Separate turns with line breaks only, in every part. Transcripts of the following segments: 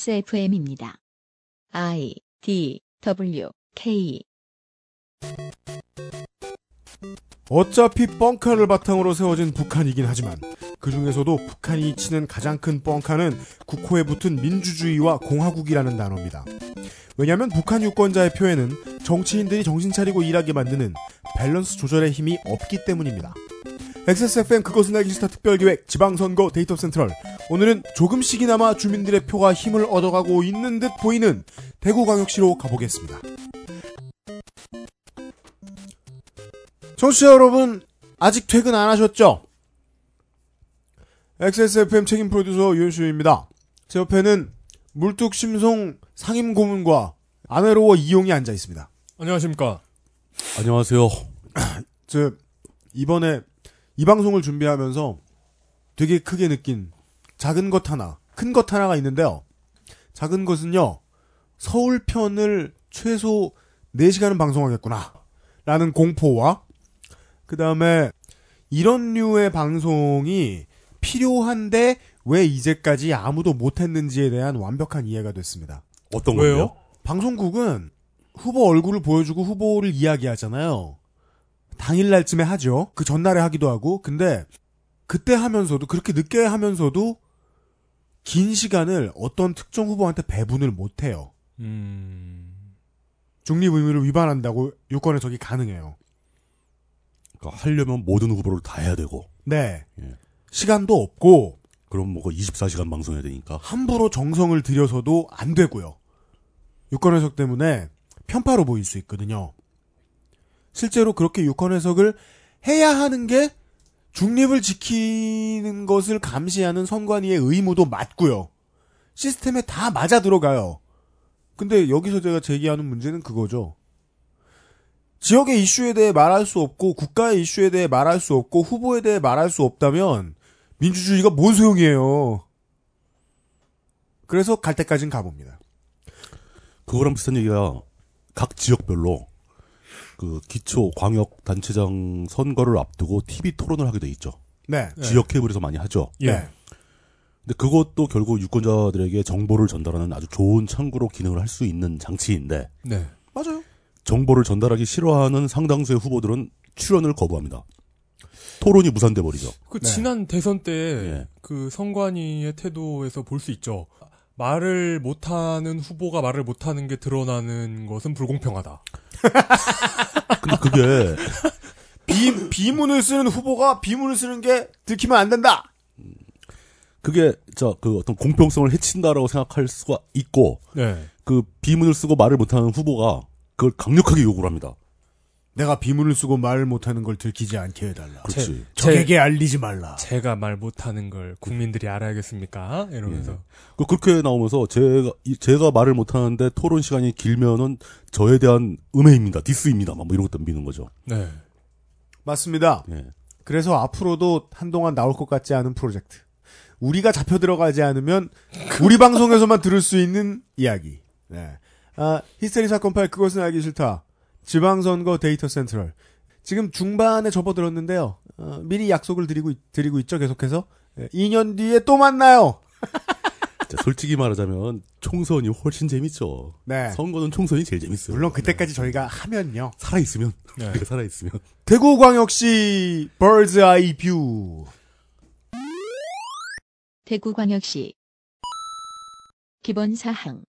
XSFM입니다. I D W K
어차피 뻥카를 바탕으로 세워진 북한이긴 하지만 그 중에서도 북한이 치는 가장 큰 뻥카는 국호에 붙은 민주주의와 공화국이라는 단어입니다. 왜냐하면 북한 유권자의 표에는 정치인들이 정신 차리고 일하게 만드는 밸런스 조절의 힘이 없기 때문입니다. XSFM 그것은 알기 싫다 특별기획 지방선거 데이터 센트럴 오늘은 조금씩이나마 주민들의 표가 힘을 얻어가고 있는 듯 보이는 대구광역시로 가보겠습니다. 청취자 여러분, 아직 퇴근 안 하셨죠? XSFM 책임 프로듀서 유현수입니다. 제 옆에는 물뚝심송 상임 고문과 아내로워 이용이 앉아 있습니다.
안녕하십니까.
안녕하세요.
저, 이번에 이 방송을 준비하면서 되게 크게 느낀 작은 것 하나, 큰 것 하나가 있는데요. 작은 것은요, 서울편을 최소 4시간은 방송하겠구나. 라는 공포와, 그 다음에 이런 류의 방송이 필요한데 왜 이제까지 아무도 못했는지에 대한 완벽한 이해가 됐습니다.
어떤
왜요?
거예요?
방송국은 후보 얼굴을 보여주고 후보를 이야기하잖아요. 당일날쯤에 하죠. 그 전날에 하기도 하고. 근데 그때 하면서도 그렇게 늦게 하면서도 긴 시간을 어떤 특정 후보한테 배분을 못 해요.
음.
중립 의무를 위반한다고 유권의 적이 가능해요.
그러니까 하려면 모든 후보를 다 해야 되고
네.
예.
시간도 없고
그럼 뭐그 24시간 방송해야 되니까
그러니까 함부로 정성을 들여서도 안 되고요. 유권 해석 때문에 편파로 보일 수 있거든요. 실제로 그렇게 유권 해석을 해야 하는 게 중립을 지키는 것을 감시하는 선관위의 의무도 맞고요. 시스템에 다 맞아 들어가요. 근데 여기서 제가 제기하는 문제는 그거죠. 지역의 이슈에 대해 말할 수 없고 국가의 이슈에 대해 말할 수 없고 후보에 대해 말할 수 없다면 민주주의가 뭔 소용이에요. 그래서 갈 때까진 가봅니다.
그거랑 비슷한 얘기가 각 지역별로 그 기초 광역 단체장 선거를 앞두고 TV 토론을 하게 돼 있죠.
네.
지역 케이블에서 많이 하죠.
예.
네.
근데 그것도 결국 유권자들에게 정보를 전달하는 아주 좋은 창구로 기능을 할 수 있는 장치인데
네.
맞아요.
정보를 전달하기 싫어하는 상당수의 후보들은 출연을 거부합니다. 토론이 무산돼 버리죠.
그
네.
지난 대선
예.
때 그 선관위의 태도에서 볼 수 있죠. 말을 못하는 후보가 말을 못하는 게 드러나는 것은 불공평하다.
근데 그게
비, 비문을 쓰는 후보가 비문을 쓰는 게 들키면 안 된다.
그게 저그 어떤 공평성을 해친다라고 생각할 수가 있고
네.
그 비문을 쓰고 말을 못하는 후보가 그걸 강력하게 요구를 합니다.
내가 비문을 쓰고 말을 못하는 걸 들키지 않게 해달라.
그렇지.
적에게 알리지 말라.
제가 말 못하는 걸 국민들이 알아야겠습니까? 이러면서.
그 그렇게 나오면서 제가 이- 제가 말을 못하는데 토론 시간이 길면은 저에 대한 음해입니다, 디스입니다, 막 뭐 이런 것도 미는 거죠.
네.
맞습니다.
예.
그래서 앞으로도 한동안 나올 것 같지 않은 프로젝트. 우리가 잡혀 들어가지 않으면 우리 방송에서만 들을 수 있는 이야기. 네. 아, 히스테리 사건 파일 그것은 알기 싫다. 지방선거 데이터 센트럴. 지금 중반에 접어들었는데요. 어, 미리 약속을 드리고 있- 드리고 있죠. 계속해서 예, 2년 뒤에 또 만나요.
자, 솔직히 말하자면 총선이 훨씬 재밌죠.
네.
선거는 총선이 제일 재밌어요. 예.
물론 그때까지 저희가 하면요.
살아 있으면
네.
우리가 살아 있으면
대구광역시 Birds Eye View.
대구광역시 기본 사항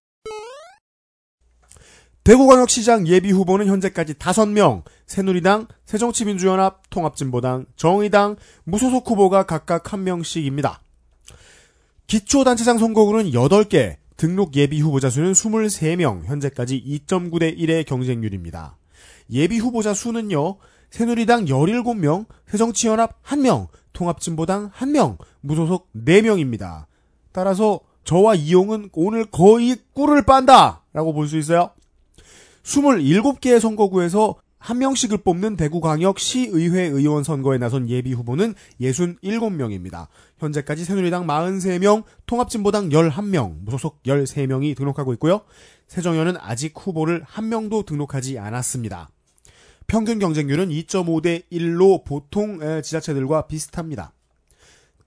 대구광역시장 예비 후보는 현재까지 5명, 새누리당, 새정치민주연합, 통합진보당, 정의당, 무소속 후보가 각각 1명씩입니다. 기초단체장 선거구는 8개, 등록 예비 후보자 수는 23명, 현재까지 2.9대 1의 경쟁률입니다. 예비 후보자 수는요, 새누리당 17명, 새정치연합 1명, 통합진보당 1명, 무소속 4명입니다. 따라서 저와 이용은 오늘 거의 꿀을 빤다! 라고 볼 수 있어요. 27개의 선거구에서 한 명씩을 뽑는 대구광역시의회 의원 선거에 나선 예비 후보는 67명입니다. 현재까지 새누리당 43명, 통합진보당 11명, 무소속 13명이 등록하고 있고요. 새정연은 아직 후보를 한 명도 등록하지 않았습니다. 평균 경쟁률은 2.5대 1로 보통 에, 지자체들과 비슷합니다.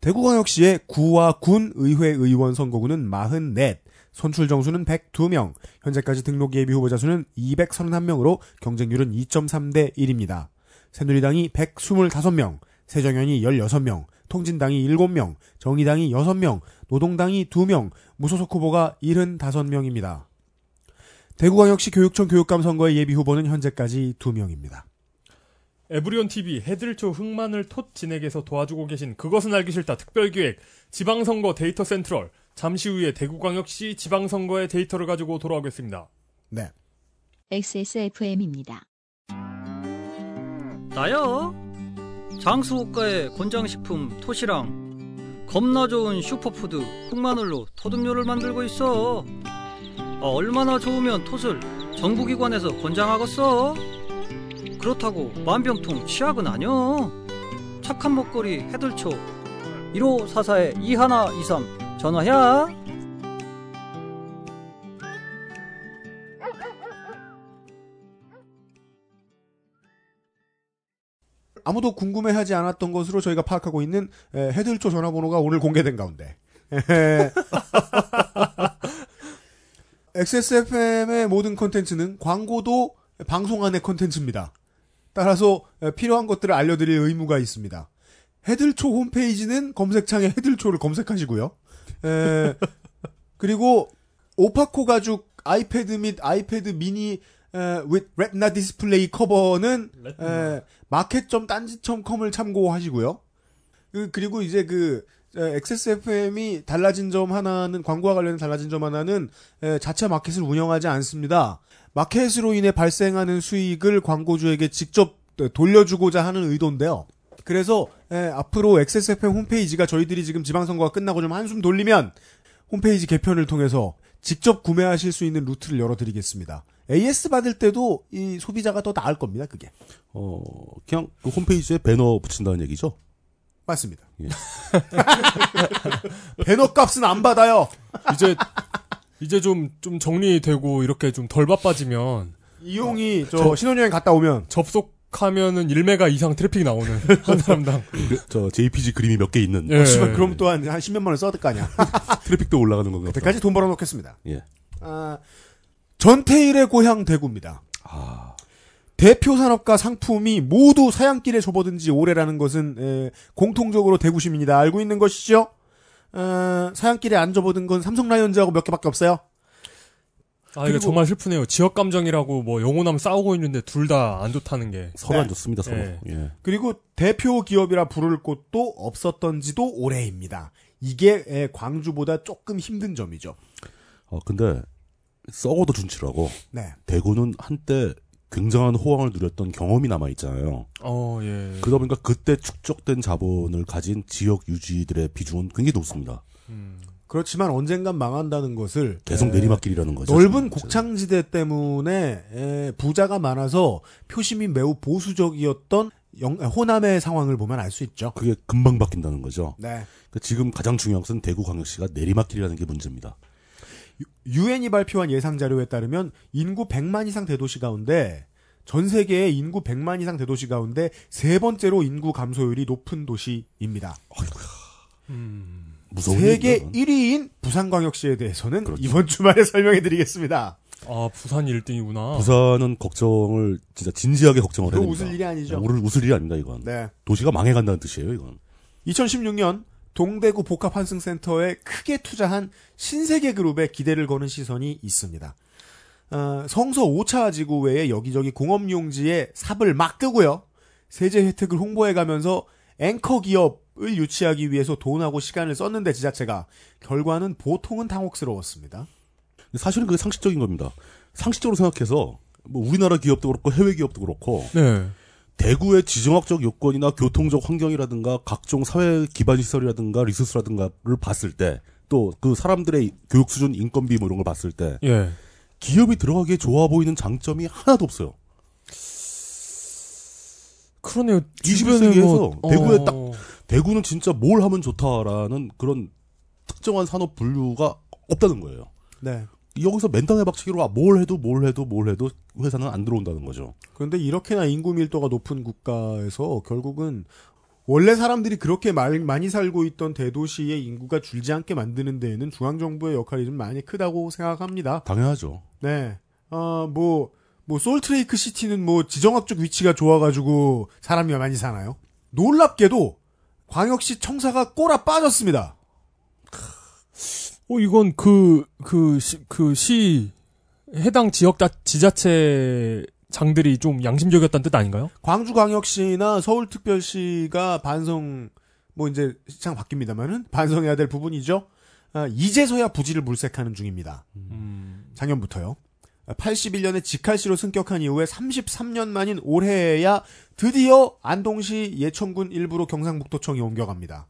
대구광역시의 구와 군 의회 의원 선거구는 44, 선출 정수는 102명, 현재까지 등록 예비 후보자 수는 231명으로 경쟁률은 2.3대 1입니다. 새누리당이 125명, 새정연이 16명, 통진당이 7명, 정의당이 6명, 노동당이 2명, 무소속 후보가 75명입니다. 대구광역시 교육청 교육감 선거의 예비 후보는 현재까지 2명입니다.
에브리온 TV 해들초 흑마늘 톳 진액에서 도와주고 계신 그것은 알기 싫다 특별기획 지방선거 데이터 센트럴 잠시 후에 대구광역시 지방선거의 데이터를 가지고 돌아오겠습니다.
네.
XSFM입니다.
나요? 장수호가의 권장식품 토시랑 겁나 좋은 슈퍼푸드 흑마늘로 토듬료를 만들고 있어 아, 얼마나 좋으면 톳을 정부기관에서 권장하겠어 그렇다고 만병통 치약은 아니여 착한 먹거리 해들초 1544-2123 전화야
아무도 궁금해하지 않았던 것으로 저희가 파악하고 있는 에, 헤들초 전화번호가 오늘 공개된 가운데 에. XSFM의 모든 컨텐츠는 광고도 방송 안의 컨텐츠입니다. 따라서 에, 필요한 것들을 알려드릴 의무가 있습니다. 헤들초 홈페이지는 검색창에 헤들초를 검색하시고요. 에, 그리고 오파코 가죽 아이패드 및 아이패드 미니 에, with 레티나 디스플레이 커버는 에, 마켓점 딴지점컴을 참고하시고요. 그- 그리고 이제 그 에, XSFM이 달라진 점 하나는 광고와 관련해 달라진 점 하나는 에, 자체 마켓을 운영하지 않습니다. 마켓으로 인해 발생하는 수익을 광고주에게 직접 에, 돌려주고자 하는 의도인데요. 그래서 에, 앞으로 XSFM 홈페이지가 저희들이 지금 지방선거가 끝나고 좀 한숨 돌리면 홈페이지 개편을 통해서 직접 구매하실 수 있는 루트를 열어드리겠습니다. AS 받을 때도 이 소비자가 더 나을 겁니다. 그게
어, 그냥 그 홈페이지에 배너 붙인다는 얘기죠.
맞습니다.
예.
배너 값은 안 받아요.
이제 이제 좀 좀 정리되고 이렇게 좀 덜 바빠지면
이용이 어, 저 신혼여행 갔다 오면
접속하면은 1메가 이상 트래픽 나오는 한 사람당 아,
그, 저 JPG 그림이 몇 개 있는
예.
씨발, 그럼 또한 한 십몇만 원 써야 될 거 아니야.
트래픽도 올라가는 건가 보다.
그때까지 돈 벌어놓겠습니다.
예.
아, 전태일의 고향 대구입니다.
아,
대표 산업과 상품이 모두 사양길에 접어든 지 오래라는 것은 에, 공통적으로 대구 시민이 다 알고 있는 것이죠. 어, 사양길에 안 접어든 건 삼성 라이온즈하고 몇 개밖에 없어요.
아 이거
그리고-
정말 슬프네요. 지역 감정이라고 뭐 영호남 싸우고 있는데 둘 다 안 좋다는 게
서로
네.
안 좋습니다, 서로.
예.
예.
그리고 대표 기업이라 부를 곳도 없었던지도 오래입니다. 이게 에, 광주보다 조금 힘든 점이죠.
어, 근데 썩어도 준치라고
네,
대구는 한때 굉장한 호황을 누렸던 경험이 남아 있잖아요.
어
네.
예.
그러다 보니까 그때 축적된 자본을 가진 지역 유지들의 비중은 굉장히 높습니다.
그렇지만 언젠간 망한다는 것을
계속
에,
내리막길이라는 거죠.
네.
네.
넓은
사실은.
곡창지대 때문에 에, 부자가 많아서 표심이 매우 보수적이었던 영- 호남의 상황을 보면 알 수 있죠.
그게 금방 바뀐다는 거죠.
네.
그러니까 지금 가장 중요한 것은 대구광역시가 내리막길이라는 게 문제입니다.
유엔이 발표한 예상 자료에 따르면 인구 100만 이상 대도시 가운데 전 세계의 인구 100만 이상 대도시 가운데 세 번째로 인구 감소율이 높은 도시입니다.
무서운 그렇죠.
세계
얘기예요, 이건.
1위인 부산광역시에 대해서는 이번 주말에 설명해 드리겠습니다.
아 부산 1등이구나.
부산은 걱정을 진짜 진지하게 걱정을 해야
그거
됩니다.
웃을 어. 일이 아니죠.
오늘 웃을 일이 아닙니다 이건.
네.
도시가 망해간다는 뜻이에요 이건.
2016년 동대구 복합환승센터에 크게 투자한 신세계 그룹에 기대를 거는 시선이 있습니다. 어, 성서 5차 지구 외에 여기저기 공업용지에 삽을 막 끄고요. 세제 혜택을 홍보해가면서 앵커 기업을 유치하기 위해서 돈하고 시간을 썼는데 지자체가 결과는 보통은 당혹스러웠습니다.
사실은 그게 상식적인 겁니다. 상식적으로 생각해서 뭐 우리나라 기업도 그렇고 해외 기업도 그렇고
네.
대구의 지정학적 요건이나 교통적 환경이라든가 각종 사회 기반 시설이라든가 리소스라든가를 봤을 때 또 그 사람들의 교육 수준, 인건비 뭐 이런 걸 봤을 때
예.
기업이 들어가기에 좋아 보이는 장점이 하나도 없어요.
그러네요.
이
주변에
세계에서
어,
대구에 딱 대구는 진짜 뭘 하면 좋다라는 그런 특정한 산업 분류가 없다는 거예요.
네.
여기서 맨땅에 박치기로 아, 뭘 해도 뭘 해도 뭘 해도 회사는 안 들어온다는 거죠.
그런데 이렇게나 인구 밀도가 높은 국가에서 결국은 원래 사람들이 그렇게 말- 많이 살고 있던 대도시의 인구가 줄지 않게 만드는 데에는 중앙정부의 역할이 좀 많이 크다고 생각합니다.
당연하죠.
네. 어, 뭐, 뭐, 솔트레이크 시티는 뭐, 지정학적 위치가 좋아가지고 사람이 많이 사나요? 놀랍게도, 광역시 청사가 꼬라 빠졌습니다.
어, 이건 그, 그, 시, 그 시, 해당 지역 다, 지자체 장들이 좀 양심적이었다는 뜻 아닌가요?
광주광역시나 서울특별시가 반성, 뭐, 이제, 시장 바뀝니다만은, 반성해야 될 부분이죠. 아, 이제서야 부지를 물색하는 중입니다.
음.
작년부터요. 81년에 직할시로 승격한 이후에 33년 만인 올해야 드디어 안동시 예천군 일부로 경상북도청이 옮겨갑니다.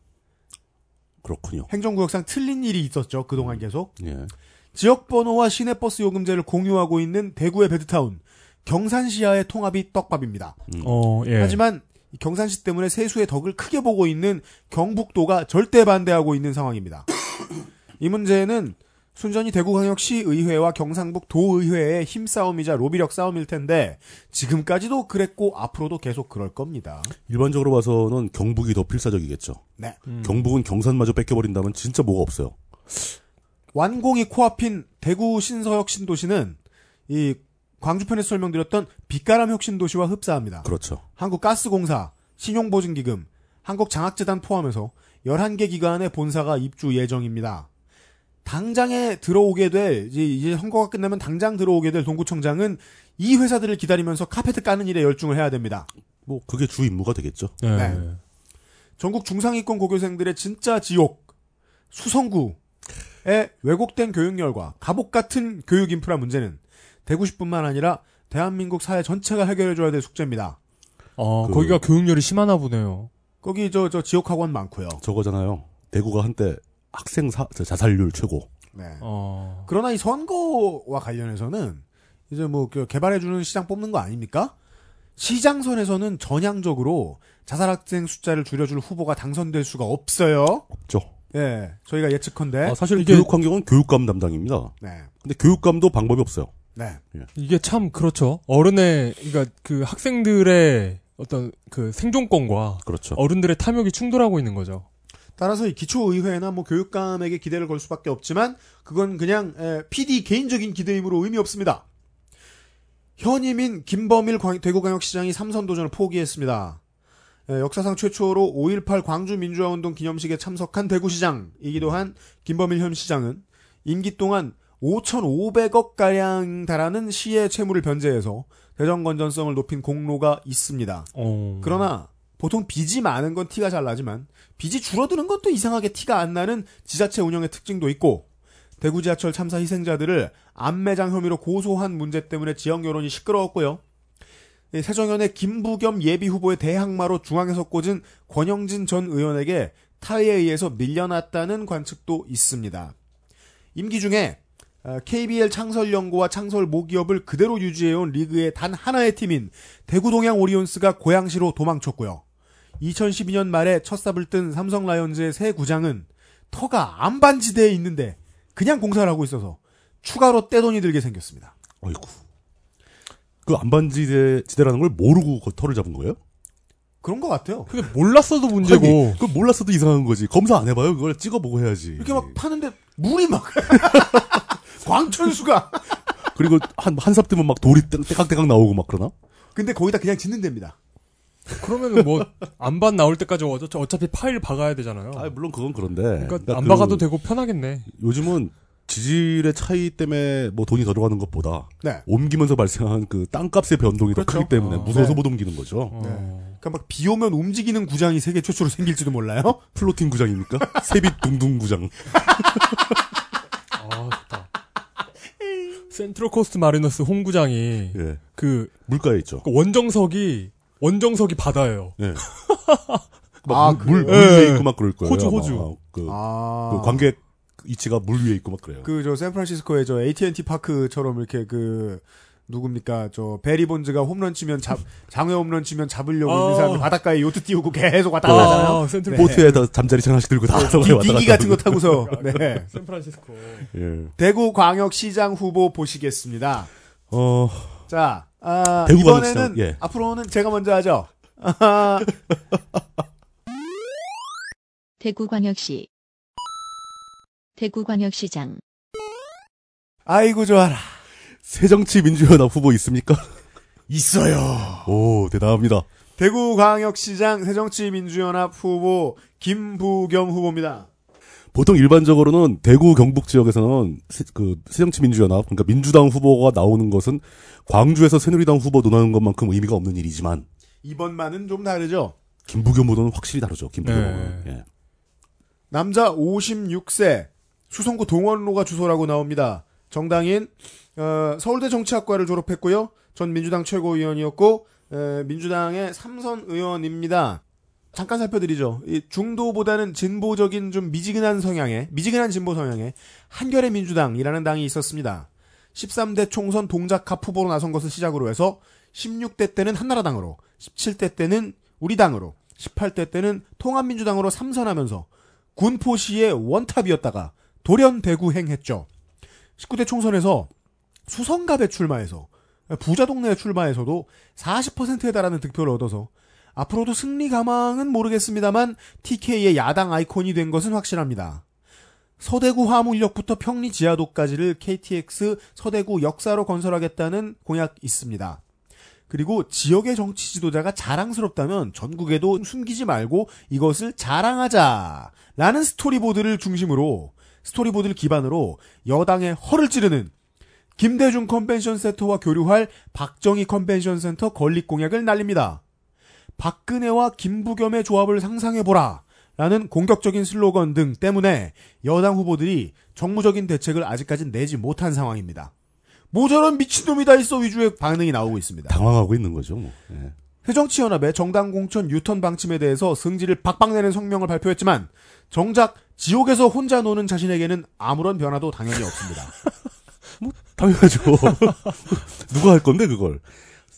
그렇군요.
행정구역상 틀린 일이 있었죠. 그동안 계속.
예.
지역번호와 시내버스 요금제를 공유하고 있는 대구의 베드타운, 경산시와의 통합이 떡밥입니다.
어, 예.
하지만 이 경산시 때문에 세수의 덕을 크게 보고 있는 경북도가 절대 반대하고 있는 상황입니다. 이 문제는 순전히 대구광역시의회와 경상북도의회의 힘싸움이자 로비력 싸움일 텐데 지금까지도 그랬고 앞으로도 계속 그럴 겁니다.
일반적으로 봐서는 경북이 더 필사적이겠죠.
네.
음.
경북은 경산마저 뺏겨버린다면 진짜 뭐가 없어요.
완공이 코앞인 대구 신서역 신도시는 이 광주편에서 설명드렸던 빛가람 혁신도시와 흡사합니다.
그렇죠.
한국가스공사, 신용보증기금, 한국장학재단 포함해서 11개 기관의 본사가 입주 예정입니다. 당장에 들어오게 될, 이제, 이제 선거가 끝나면 당장 들어오게 될 동구청장은 이 회사들을 기다리면서 카페트 까는 일에 열중을 해야 됩니다.
뭐 그게 주 임무가 되겠죠.
예.
네. 전국 중상위권 고교생들의 진짜 지옥, 수성구의 왜곡된 교육열과 갑옷 같은 교육 인프라 문제는 대구시뿐만 아니라 대한민국 사회 전체가 해결해줘야 될 숙제입니다.
아,
그-
거기가 교육열이 심하나 보네요.
거기 저, 저 지역학원 많고요.
저거잖아요. 대구가 한때 학생 사, 자살률 최고.
네.
어.
그러나 이 선거와 관련해서는 이제 뭐그 개발해주는 시장 뽑는 거 아닙니까? 시장선에서는 전향적으로 자살학생 숫자를 줄여줄 후보가 당선될 수가 없어요.
없죠.
예, 저희가 예측컨대.
아, 사실
네? 이게-
교육 환경은 교육감 담당입니다.
네,
근데 교육감도 방법이 없어요.
네,
이게 참 그렇죠. 어른의, 그러니까 그 학생들의 어떤 그 생존권과
그렇죠.
어른들의 탐욕이 충돌하고 있는 거죠.
따라서 이 기초의회나 뭐 교육감에게 기대를 걸 수밖에 없지만 그건 그냥 에, PD 개인적인 기대임으로 의미 없습니다. 현임인 김범일 광- 대구광역시장이 삼선 도전을 포기했습니다. 에, 역사상 최초로 5.18 광주민주화운동 기념식에 참석한 대구시장이기도 한 김범일 현 시장은 임기 동안 5,500억 가량 달하는 시의 채무를 변제해서 대전 건전성을 높인 공로가 있습니다.
어.
그러나 보통 빚이 많은 건 티가 잘 나지만 빚이 줄어드는 건 또 이상하게 티가 안 나는 지자체 운영의 특징도 있고 대구 지하철 참사 희생자들을 암매장 혐의로 고소한 문제 때문에 지역 여론이 시끄러웠고요. 예, 세정연의 김부겸 예비 후보의 대항마로 중앙에서 꽂은 권영진 전 의원에게 타의에 의해서 밀려났다는 관측도 있습니다. 임기 중에 어, KBL 창설연구와 창설 모기업을 그대로 유지해온 리그의 단 하나의 팀인 대구 동양 오리온스가 고양시로 도망쳤고요. 2012년 말에 첫 삽을 뜬 삼성 라이온즈의 새 구장은 터가 안반지대에 있는데 그냥 공사를 하고 있어서 추가로 떼돈이 들게 생겼습니다.
어이구. 그 안반지대 지대라는 걸 모르고 그 털을 잡은 거예요?
그런 것 같아요.
그게 몰랐어도 문제고.
그 몰랐어도 이상한 거지. 검사 안 해봐요. 그걸 찍어보고 해야지.
이렇게
예.
막 파는데 물이 막 광천수가
그리고 한 한삽 뜨면 막 돌이 떼- 떼깍떼깍 나오고 막 그러나?
근데 거기다 그냥 짓는 데입니다.
그러면은 뭐, 안반 나올 때까지 어차- 어차피 파일 박아야 되잖아요.
아 물론 그건 그런데.
어. 그러니까
그러니까
안
그
박아도 되고 편하겠네.
요즘은 지질의 차이 때문에 뭐 돈이 들어가는 것보다
네.
옮기면서 발생한 그 땅값의 변동이 더
그렇죠.
크기 때문에
어.
무서워서
네.
못 옮기는 거죠.
어.
그러니까 막 비 오면 움직이는 구장이 세계 최초로 생길지도 몰라요.
어? 플로팅 구장입니까? 세빛 둥둥 구장.
아, 좋다. 센트럴 코스트 마리너스 홍구장이
예.
그,
물가에 있죠.
그 원정석이 원정석이 바다예요.
예.
아,
막물
그래요?
위에
예.
있고 막 그럴 거예요.
호주,
아마.
호주.
그,
아.
그 관객 위치가 물 위에 있고 막 그래요.
그 저 샌프란시스코의 저 AT&T 파크처럼 이렇게 그 누굽니까 저 베리 본즈가 홈런 치면 잡 장외 홈런 치면 잡으려고 있는
어.
아.
사람들 바닷가에 요트 띄우고 계속 왔다 갔다 하잖아요.
아, 센트럴 코스트.
보트에다 잠자리창 하나씩 들고 다
디-
어. 왔다
네. 어, 딩기 같은
갔다
거
하고.
타고서 네.
샌프란시스코.
예.
대구 광역시장 후보 보시겠습니다.
어,
자 아,
대구
이번에는
광역시장, 예.
앞으로는 제가 먼저 하죠. 아,
대구광역시 대구광역시장
아이고 좋아라.
새정치민주연합 후보 있습니까?
있어요.
오 대단합니다.
대구광역시장 새정치민주연합 후보 김부겸 후보입니다.
보통 일반적으로는 대구 경북 지역에서는 새, 그 새정치민주연합 그러니까 민주당 후보가 나오는 것은 광주에서 새누리당 후보 논하는 것만큼 의미가 없는 일이지만
이번만은 좀 다르죠.
김부겸보다는 확실히 다르죠. 김부겸은
네.
예.
남자 56세 수성구 동원로가 주소라고 나옵니다. 정당인 어, 서울대 정치학과를 졸업했고요. 전 민주당 최고위원이었고 에, 민주당의 삼선 의원입니다. 잠깐 살펴드리죠. 이 중도보다는 진보적인 좀 미지근한 성향의 미지근한 진보 성향의 한결의 민주당이라는 당이 있었습니다. 13대 총선 동작갑 후보로 나선 것을 시작으로 해서 16대 때는 한나라당으로, 17대 때는 우리당으로, 18대 때는 통합민주당으로 삼선하면서 군포시의 원탑이었다가 돌연 대구행했죠. 19대 총선에서 수성갑에 출마해서 부자 동네에 출마해서도 40%에 달하는 득표를 얻어서 앞으로도 승리 가망은 모르겠습니다만 TK의 야당 아이콘이 된 것은 확실합니다. 서대구 화물역부터 평리 지하도까지를 KTX 서대구 역사로 건설하겠다는 공약 있습니다. 그리고 지역의 정치 지도자가 자랑스럽다면 전국에도 숨기지 말고 이것을 자랑하자라는 스토리보드를 중심으로 스토리보드를 기반으로 여당의 허를 찌르는 김대중 컨벤션 센터와 교류할 박정희 컨벤션 센터 건립 공약을 날립니다. 박근혜와 김부겸의 조합을 상상해보라. 라는 공격적인 슬로건 등 때문에 여당 후보들이 정무적인 대책을 아직까지 내지 못한 상황입니다. 모자란 미친놈이 다 있어 위주의 반응이 나오고 있습니다.
당황하고 있는 거죠. 뭐. 예.
새정치연합의 정당 공천 유턴 방침에 대해서 승지를 박박내는 성명을 발표했지만 정작 지옥에서 혼자 노는 자신에게는 아무런 변화도 당연히 없습니다.
당연하죠. 누가 할 건데 그걸.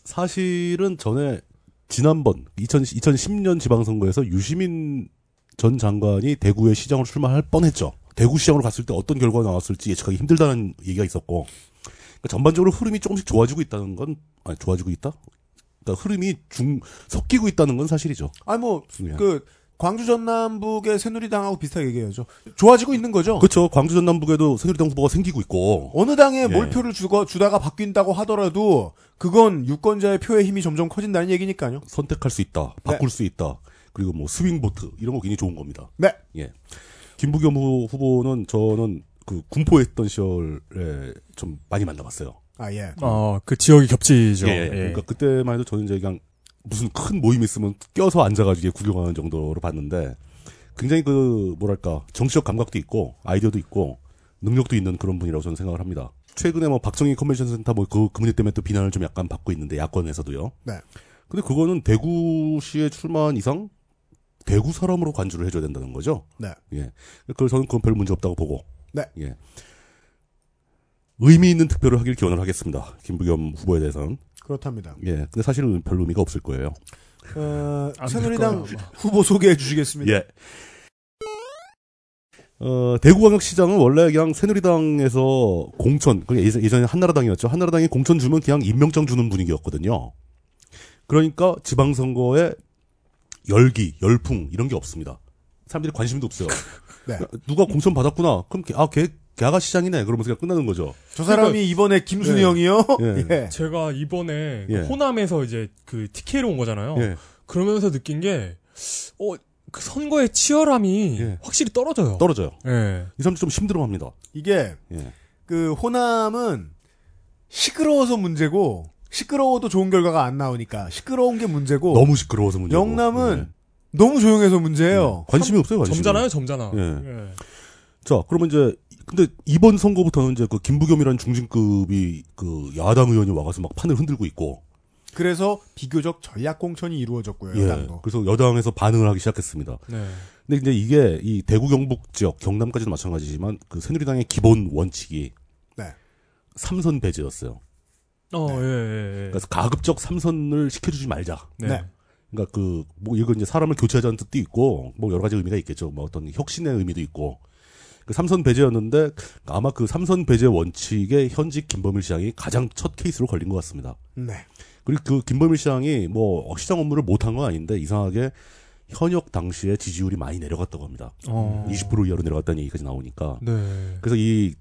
사실은 전에 지난번 2000, 2010년 지방선거에서 유시민 전 장관이 대구의 시장으로 출마할 뻔했죠. 대구시장으로 갔을 때 어떤 결과가 나왔을지 예측하기 힘들다는 얘기가 있었고 그러니까 전반적으로 흐름이 조금씩 좋아지고 있다는 건 아니 좋아지고 있다. 그러니까 흐름이 중 섞이고 있다는 건 사실이죠.
아니 뭐
중요한.
그 광주 전남북의 새누리당하고 비슷하게 얘기해야죠. 좋아지고 있는 거죠.
그렇죠. 광주 전남북에도 새누리당 후보가 생기고 있고
어느 당에
예.
몰표를 주거, 주다가 바뀐다고 하더라도 그건 유권자의 표의 힘이 점점 커진다는 얘기니까요. 네.
선택할 수 있다, 바꿀 수 있다. 그리고 뭐 스윙보트 이런 거 굉장히 좋은 겁니다.
네.
예. 김부겸 후- 후보는 저는 그 군포에 있던 시절에 좀 많이 만나봤어요.
아 예.
어, 그 지역이 겹치죠.
예, 예. 그러니까 그때만 해도 저는 이제 그냥 무슨 큰 모임 있으면 껴서 앉아가지고 구경하는 정도로 봤는데 굉장히 그 뭐랄까 정치적 감각도 있고 아이디어도 있고 능력도 있는 그런 분이라고 저는 생각을 합니다. 최근에 뭐 박정희 컨벤션 센터 뭐그 문제 때문에 또 비난을 좀 약간 받고 있는데 야권에서도요.
네.
근데 그거는 대구시에 출마한 이상 대구 사람으로 관주를 해줘야 된다는 거죠.
네.
예. 그걸 저는 그건 별 문제 없다고 보고.
네.
예. 의미 있는 득표를 하길 기원을 하겠습니다. 김부겸 후보에 대해서는.
그렇답니다.
예. 근데 사실은 별 의미가 없을 거예요.
어,
안될
새누리당
거예요, 아마.
후보 소개해 주시겠습니다.
예. 어, 대구광역시장은 원래 그냥 새누리당에서 공천, 그게 예전- 예전에 한나라당이었죠. 한나라당이 공천 주면 그냥 임명장 주는 분위기였거든요. 그러니까 지방선거에 열기, 열풍, 이런 게 없습니다. 사람들이 관심도 없어요.
네.
누가 공천 받았구나. 그럼, 걔- 아, 걔, 걔가 시장이네. 그러면서 그냥 끝나는 거죠.
저 사람이 이번에 김순희
예.
형이요.
예.
그러니까 예.
제가 이번에 그
예.
호남에서 이제 그 TK로 온 거잖아요.
예.
그러면서 느낀 게, 어, 그 선거의 치열함이
예.
확실히 떨어져요.
떨어져요.
예.
이 사람들 좀 힘들어 합니다.
이게
예.
그 호남은 시끄러워서 문제고 시끄러워도 좋은 결과가 안 나오니까 시끄러운 게 문제고 너무,
너무 시끄러워서 문제고.
영남은
예.
조용해서 문제예요.
관심이 없어요, 관심이.
점잖아요, 점잖아.
예.
예.
자, 그러면 이제 근데 이번 선거부터는 이제 그 김부겸이라는 중진급이 그 야당 의원이 와가서 막 판을 흔들고 있고,
예. 그래서 비교적 전략 공천이 이루어졌고요.
예,
여당도.
그래서 여당에서 반응을 하기 시작했습니다.
네.
근데 이제 이게 이 대구 경북 지역 경남까지도 마찬가지지만 그 새누리당의 기본 원칙이
네.
삼선 배제였어요.
어, 예, 예, 예.
네. 그래서 가급적 삼선을 시켜주지 말자.
네.
네.
그러니까 그 뭐 이거 이제 사람을 교체하자는 뜻도 있고 뭐 여러 가지 의미가 있겠죠. 뭐 어떤 혁신의 의미도 있고. 그 삼선 배제였는데 아마 그 삼선 배제 원칙에 현직 김범일 시장이 가장 첫 케이스로 걸린 것 같습니다.
네.
그리고 그 김범일 시장이 뭐 시장 업무를 못한 건 아닌데 이상하게 현역 당시에 지지율이 많이 내려갔다고 합니다.
어.
20% 이하로 내려갔다는 얘기까지 나오니까.
네.
그래서 이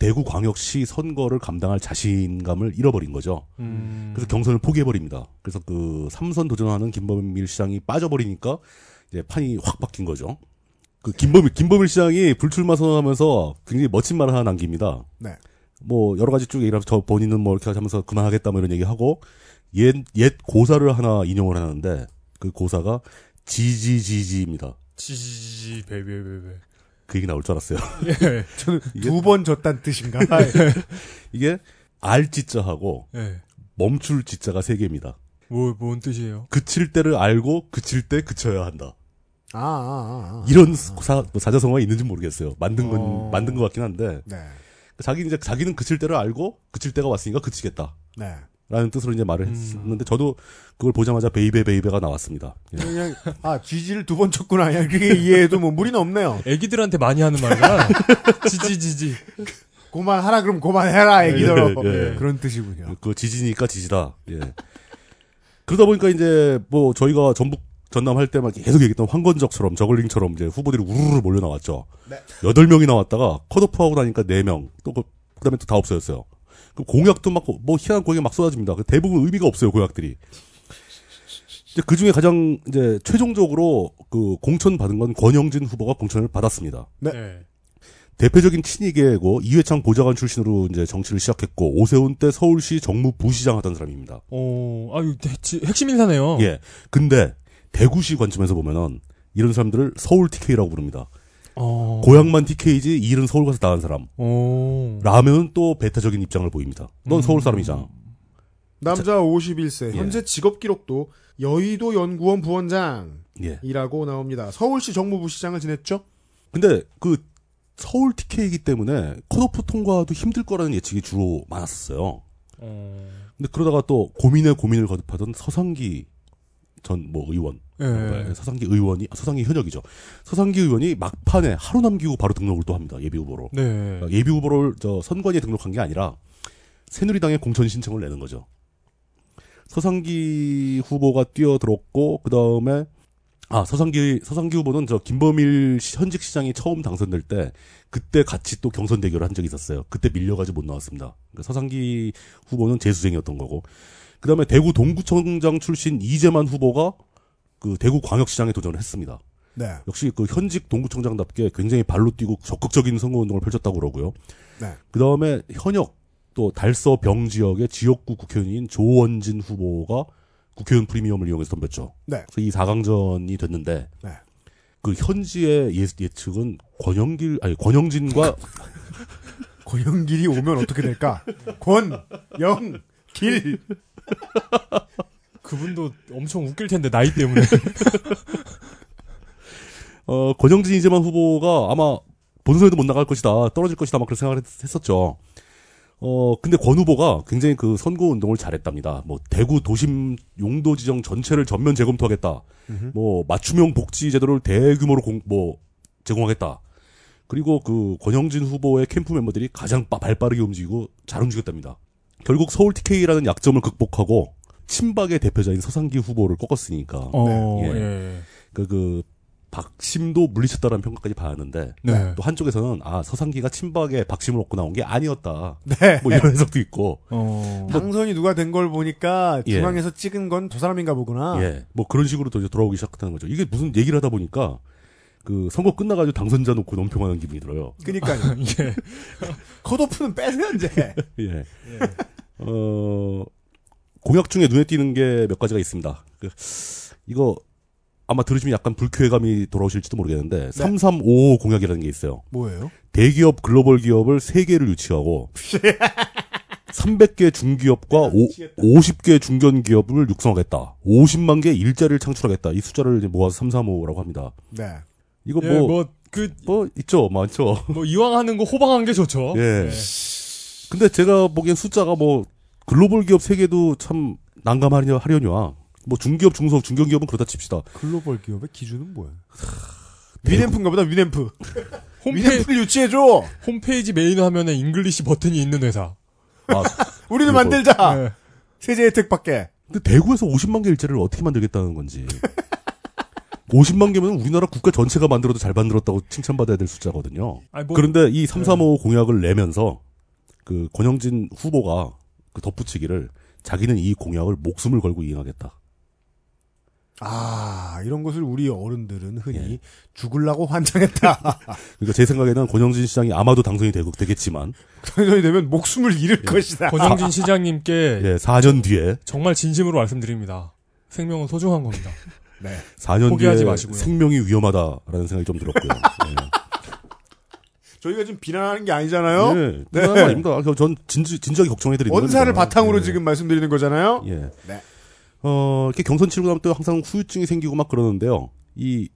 대구 광역시 선거를 감당할 자신감을 잃어버린 거죠.
음.
그래서 경선을 포기해버립니다. 그래서 그 삼선 도전하는 김범일 시장이 빠져버리니까 이제 판이 확 바뀐 거죠. 그 김범일, 김범일 시장이 불출마 선언하면서 굉장히 멋진 말을 하나 남깁니다.
네.
뭐 여러 가지 쭉 얘기를 하면서 저 본인은 뭐 이렇게 하면서 그만하겠다 뭐 이런 얘기하고 옛, 옛 고사를 하나 인용을 하는데 그 고사가 지지지지입니다.
지지지 베베베베.
그 얘기 나올 줄 알았어요.
예.
저는 예.
이게-
두 번 졌단 뜻인가?
이게 알 지자하고
예.
멈출 지자가 세 개입니다.
뭐뭔 뜻이에요?
그칠 때를 알고 그칠 때 그쳐야 한다.
아, 아, 아, 아.
이런 사, 뭐 사자성어가 있는지 모르겠어요. 만든 건
어.
만든 것 같긴 한데
네.
자기 이제 자기는 그칠 때를 알고 그칠 때가 왔으니까 그치겠다.
네.
라는 뜻으로 이제 말을 했었는데 저도 그걸 보자마자 베이베 베이베가 나왔습니다. 예.
그냥 아 쥐지를 두 번 쳤구나. 그냥 그게 이해해도 뭐 무리는 없네요.
애기들한테 많이 하는 말이라. 지지지지.
고만하라 그럼 고만해라 애기들.
예, 예.
그런 뜻이군요.
그 지지니까 지지다. 예. 그러다 보니까 이제 뭐 저희가 전북 전남 할 때만 계속 얘기했던 황건적처럼 저글링처럼 이제 후보들이 우르르 몰려 나왔죠. 여덟 명이 나왔다가 컷오프하고 나니까 네 명. 또 그, 그다음에 또 다 없어졌어요. 그 공약도 막 뭐 희한한 공약이 막 쏟아집니다. 그 대부분 의미가 없어요 공약들이. 이제 그 중에 가장 이제 최종적으로 그 공천 받은 건 권영진 후보가 공천을 받았습니다.
네.
예.
대표적인 친이계고 이회창 보좌관 출신으로 이제 정치를 시작했고 오세훈 때 서울시 정무부시장 하던 사람입니다.
어, 아유, 핵- 핵심 인사네요.
예. 근데 대구시 관점에서 보면은 이런 사람들을 서울 TK라고 부릅니다.
어.
고향만 TK지 일은 서울 가서 나간 사람.
어.
라면은 또 배타적인 입장을 보입니다. 넌 서울 사람이잖아.
남자 51세
예.
현재 직업 기록도 여의도 연구원 부원장이라고
예.
나옵니다. 서울시 정무부 시장을 지냈죠?
근데 그 서울 TK이기 때문에 컷오프 통과도 힘들 거라는 예측이 주로 많았었어요.
어.
근데 그러다가 또 고민에 고민을 거듭하던 서상기 전 뭐 의원
예.
서상기 의원이 아, 서상기 현역이죠. 서상기 의원이 막판에 하루 남기고 바로 등록을 또 합니다. 예비 후보로.
네.
그러니까 예비 후보를 저 선관위에 등록한 게 아니라 새누리당에 공천 신청을 내는 거죠. 서상기 후보가 뛰어들었고 그 다음에 아 서상기 서상기 후보는 저 김범일 시- 현직 시장이 처음 당선될 때 그때 같이 또 경선 대결을 한 적이 있었어요. 그때 밀려가지고 못 나왔습니다. 그러니까 서상기 후보는 재수생이었던 거고 그 다음에 대구 동구청장 출신 이재만 후보가 그 대구 광역시장에 도전을 했습니다.
네.
역시 그 현직 동구청장답게 굉장히 발로 뛰고 적극적인 선거운동을 펼쳤다고 그러고요.
네.
그 다음에 현역 또 달서병 지역의 지역구 국회의원인 조원진 후보가 국회의원 프리미엄을 이용해서 덤볐죠.
네.
그래서 이 4강전이 됐는데
네.
그 현지의 예, 측은 권영길 아니 권영진과
권영길이 오면 어떻게 될까? 권영길
그분도 엄청 웃길 텐데 나이 때문에.
어, 권영진 이재만 후보가 아마 본선에도 못 나갈 것이다, 떨어질 것이다, 막 그런 생각을 했- 했었죠. 어, 근데 권 후보가 굉장히 그 선거 운동을 잘했답니다. 뭐, 대구 도심 용도 지정 전체를 전면 재검토하겠다. 뭐, 맞춤형 복지 제도를 대규모로 공, 뭐, 제공하겠다. 그리고 그 권영진 후보의 캠프 멤버들이 가장 빠- 발 빠르게 움직이고 잘 움직였답니다. 결국 서울 TK라는 약점을 극복하고 친박의 대표자인 서상기 후보를 꺾었으니까.
어.
예.
예.
그, 그, 박심도 물리쳤다라는 평가까지 받았는데,
네.
또 한쪽에서는, 아, 서상기가 친박에 박심을 얻고 나온 게 아니었다.
네.
뭐 이런 해석도 있고,
어.
당선이 누가 된 걸 보니까
예.
중앙에서 찍은 건 저 사람인가 보구나.
예. 뭐 그런 식으로 또 이제 돌아오기 시작했다는 거죠. 이게 무슨 얘기를 하다 보니까, 그, 선거 끝나가지고 당선자 놓고 논평하는 기분이 들어요.
그니까요.
예.
컷오프는 빼세요 이제.
예. 어, 공약 중에 눈에 띄는 게 몇 가지가 있습니다. 그, 이거, 아마 들으시면 약간 불쾌감이 돌아오실지도 모르겠는데, 3355 공약이라는 게 있어요.
뭐예요?
대기업 글로벌 기업을 3개를 유치하고 300개 중기업과 오, 50개 중견 기업을 육성하겠다. 50만 개 일자리를 창출하겠다. 이 숫자를 이제 모아서 335라고 합니다.
네.
이거
예,
뭐, 뭐,
뭐, 그,
있죠. 많죠.
뭐, 이왕 하는 거 호방한 게 좋죠.
예. 근데 제가 보기엔 숫자가 뭐 글로벌 기업 3개도 참 난감하려 하려냐. 뭐 중기업, 중소업, 중견 기업은 그렇다 칩시다.
글로벌 기업의 기준은 뭐야? 위nem프인가 보다 위nem프.
홈페이지,
위nem프를 유치해줘.
홈페이지 메인 화면에 잉글리시 버튼이 있는 회사.
아,
우리는
그리고- 아.
만들자.
예.
세제 혜택 밖에.
근데 대구에서 50만 개 일자리를 어떻게 만들겠다는 건지. 50만 개면 우리나라 국가 전체가 만들어도 잘 만들었다고 칭찬받아야 될 숫자거든요.
아니, 뭐-
그런데 이 3,
네.
3, 5 공약을 내면서 그 권영진 후보가 그 덧붙이기를 자기는 이 공약을 목숨을 걸고 이행하겠다.
아, 이런 것을 우리 어른들은 흔히 죽을라고 환장했다.
그러니까 제 생각에는 권영진 시장이 아마도 당선이 되고 되겠지만
당선이 되면 목숨을 잃을 것이다.
권영진 시장님께
예, 4년 뒤에
정말 진심으로 말씀드립니다. 생명은 소중한 겁니다.
네.
4년
포기하지
뒤에
마시고요.
생명이 위험하다라는 생각이 좀 들었고요.
저희가 지금 비난하는 게
예.
아니잖아요.
예, 그건
네.
아닙니다. 전 진지, 진지하게 걱정해드리는
원사를
겁니다.
바탕으로
예.
지금 말씀드리는 거잖아요.
예.
네.
어, 이렇게 경선 치르고 나면 또 항상 후유증이 생기고 막 그러는데요. 이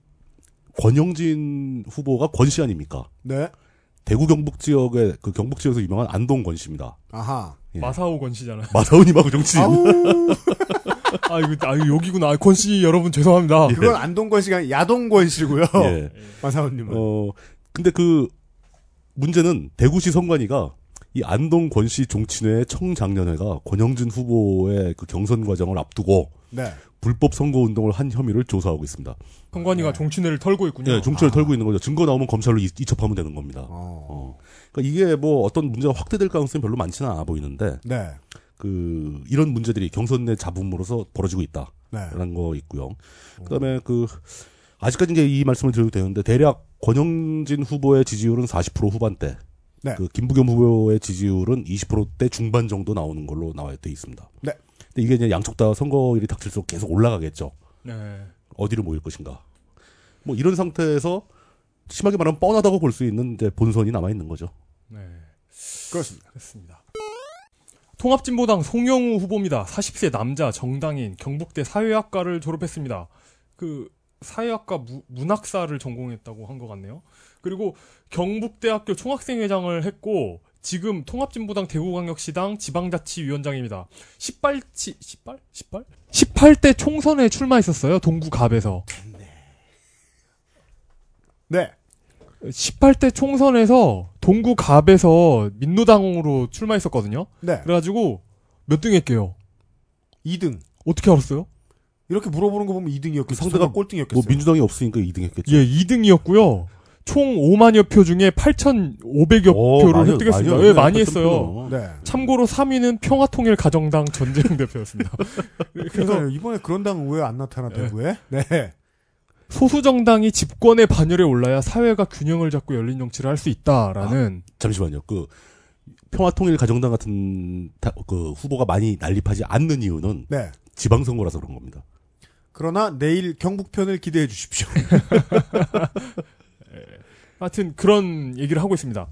권영진 후보가 권씨 아닙니까?
네.
대구 경북 지역의 그 경북 지역에서 유명한 안동 권씨입니다.
아하.
예.
마사오 권 씨잖아요.
마사오님하고 정치인.
아우,
아, 이거, 아, 여기구나. 아, 권씨 여러분 죄송합니다.
그건 안동권 씨가 야동권 씨고요.
예.
마사오님은.
어, 근데 그 문제는 대구시 선관위가 이 안동 권씨 종친회 청장년회가 권영진 후보의 그 경선 과정을 앞두고
네.
불법 선거 운동을 한 혐의를 조사하고 있습니다.
성관이가 종친회를 털고 있군요.
예, 종철 털고 있는 거죠. 증거 나오면 검찰로 이- 이첩하면 되는 겁니다.
어.
어. 그러니까 이게 뭐 어떤 문제가 확대될 가능성이 별로 많지는 않아 보이는데
네.
그 이런 문제들이 경선 내 잡음으로서 벌어지고 있다라는
네.
거 있고요. 그다음에 그 아직까지 이제 이 말씀을 드려도 되는데 대략 권영진 후보의 지지율은 40% 후반대,
네.
그 김부겸 후보의 지지율은 20%대 중반 정도 나오는 걸로 나와 돼 있습니다.
네.
근데 이게 이제 양쪽 다 선거일이 닥칠수록 계속 올라가겠죠.
네.
어디로 모일 것인가. 뭐 이런 상태에서 심하게 말하면 뻔하다고 볼 수 있는 이제 본선이 남아 있는 거죠.
네.
그렇습니다.
그렇습니다. 통합진보당 송영우 후보입니다. 40세 남자 정당인 경북대 사회학과를 졸업했습니다. 그 사회학과 무- 문학사를 전공했다고 한 것 같네요. 그리고 경북대학교 총학생회장을 했고 지금 통합진보당 대구광역시당 지방자치위원장입니다. 18치 18 18 18대 총선에 출마했었어요. 동구갑에서
네.
18대 총선에서 동구갑에서 민노당으로 출마했었거든요.
네.
그래가지고 몇 등 했게요.
2등.
어떻게 알았어요?
이렇게 물어보는 거 보면 2등이었겠어요. 상대가
상대가
꼴등이었겠어요.
뭐 민주당이 없으니까 2등했겠죠.
예, 2등이었고요. 총 5만여 표 중에 8,500여 어,
어,
표를 획득했습니다. 예, 많이 했어요.
네.
참고로 3위는 평화통일 가정당 전재영 대표였습니다.
그래서 그러니까 이번에 그런 당은 왜 안 나타나
예.
대구에? 네.
소수 정당이 집권의 반열에 올라야 사회가 균형을 잡고 열린 정치를 할 수 있다라는
잠시만요. 그 평화통일 가정당 같은 다- 그 후보가 많이 난립하지 않는 이유는
네.
지방선거라서 그런 겁니다.
그러나 내일 경북편을 기대해 주십시오.
하여튼 그런 얘기를 하고 있습니다.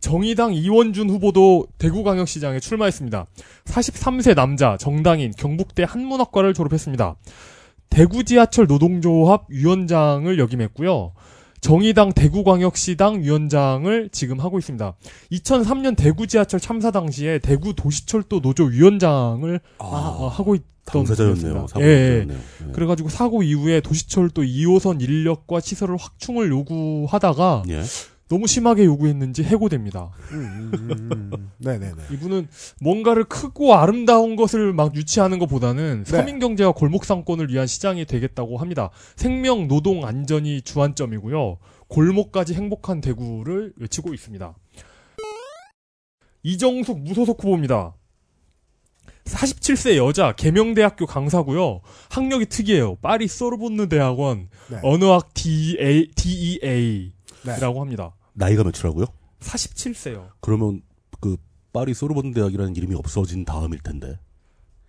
정의당 이원준 후보도 대구광역시장에 출마했습니다. 43세 남자 정당인 경북대 한문학과를 졸업했습니다. 대구지하철 노동조합 위원장을 역임했고요. 정의당 대구광역시당 위원장을 지금 하고 있습니다. 2003년 대구지하철 참사 당시에 대구도시철도 노조 위원장을
아.
어, 하고 있던
당사자였네요.
분이었습니다. 예, 예.
사고였네요. 예.
그래가지고 사고 이후에 도시철도 2호선 인력과 시설을 확충을 요구하다가
예.
너무 심하게 요구했는지 해고됩니다.
음, 음, 음, 음. 네네네.
이분은 뭔가를 크고 아름다운 것을 막 유치하는
네.
것보다는 서민 경제와 골목 상권을 위한 시장이 되겠다고 합니다. 생명, 노동, 안전이 주안점이고요. 골목까지 행복한 대구를 외치고 있습니다. 이정숙 무소속 후보입니다. 47세 여자 계명대학교 강사고요. 학력이 특이해요. 파리 소르본느 대학원
네.
언어학 DEA, E DEA라고 합니다.
나이가 몇이라고요?
47세요.
그러면 그 파리 소르본 대학이라는 이름이 없어진 다음일 텐데.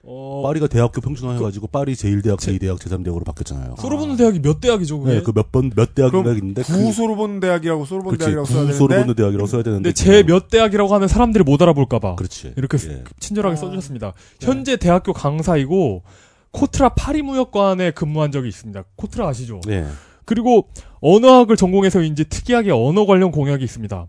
어, 그
파리가 대학교 평준화 해가지고 파리 제1대학, 제2대학, 제3대학으로 바뀌었잖아요.
소르본 대학이 몇 대학이죠, 그게?
네, 그 몇 번, 몇 대학
그럼
대학인데.
구소르본 대학이라고 소르본
네, 그렇지.
대학이라고 써야 되는데
구소르본 대학이라고 써야 되는데. 그
근데 제 몇 대학이라고 하면 사람들이 못 알아볼까봐
그렇지.
이렇게
예.
친절하게 써주셨습니다. 현재 대학교 강사이고 코트라 파리 무역관에 근무한 적이 있습니다. 코트라 아시죠?
예.
그리고 언어학을 전공해서인지 특이하게 언어 관련 공약이 있습니다.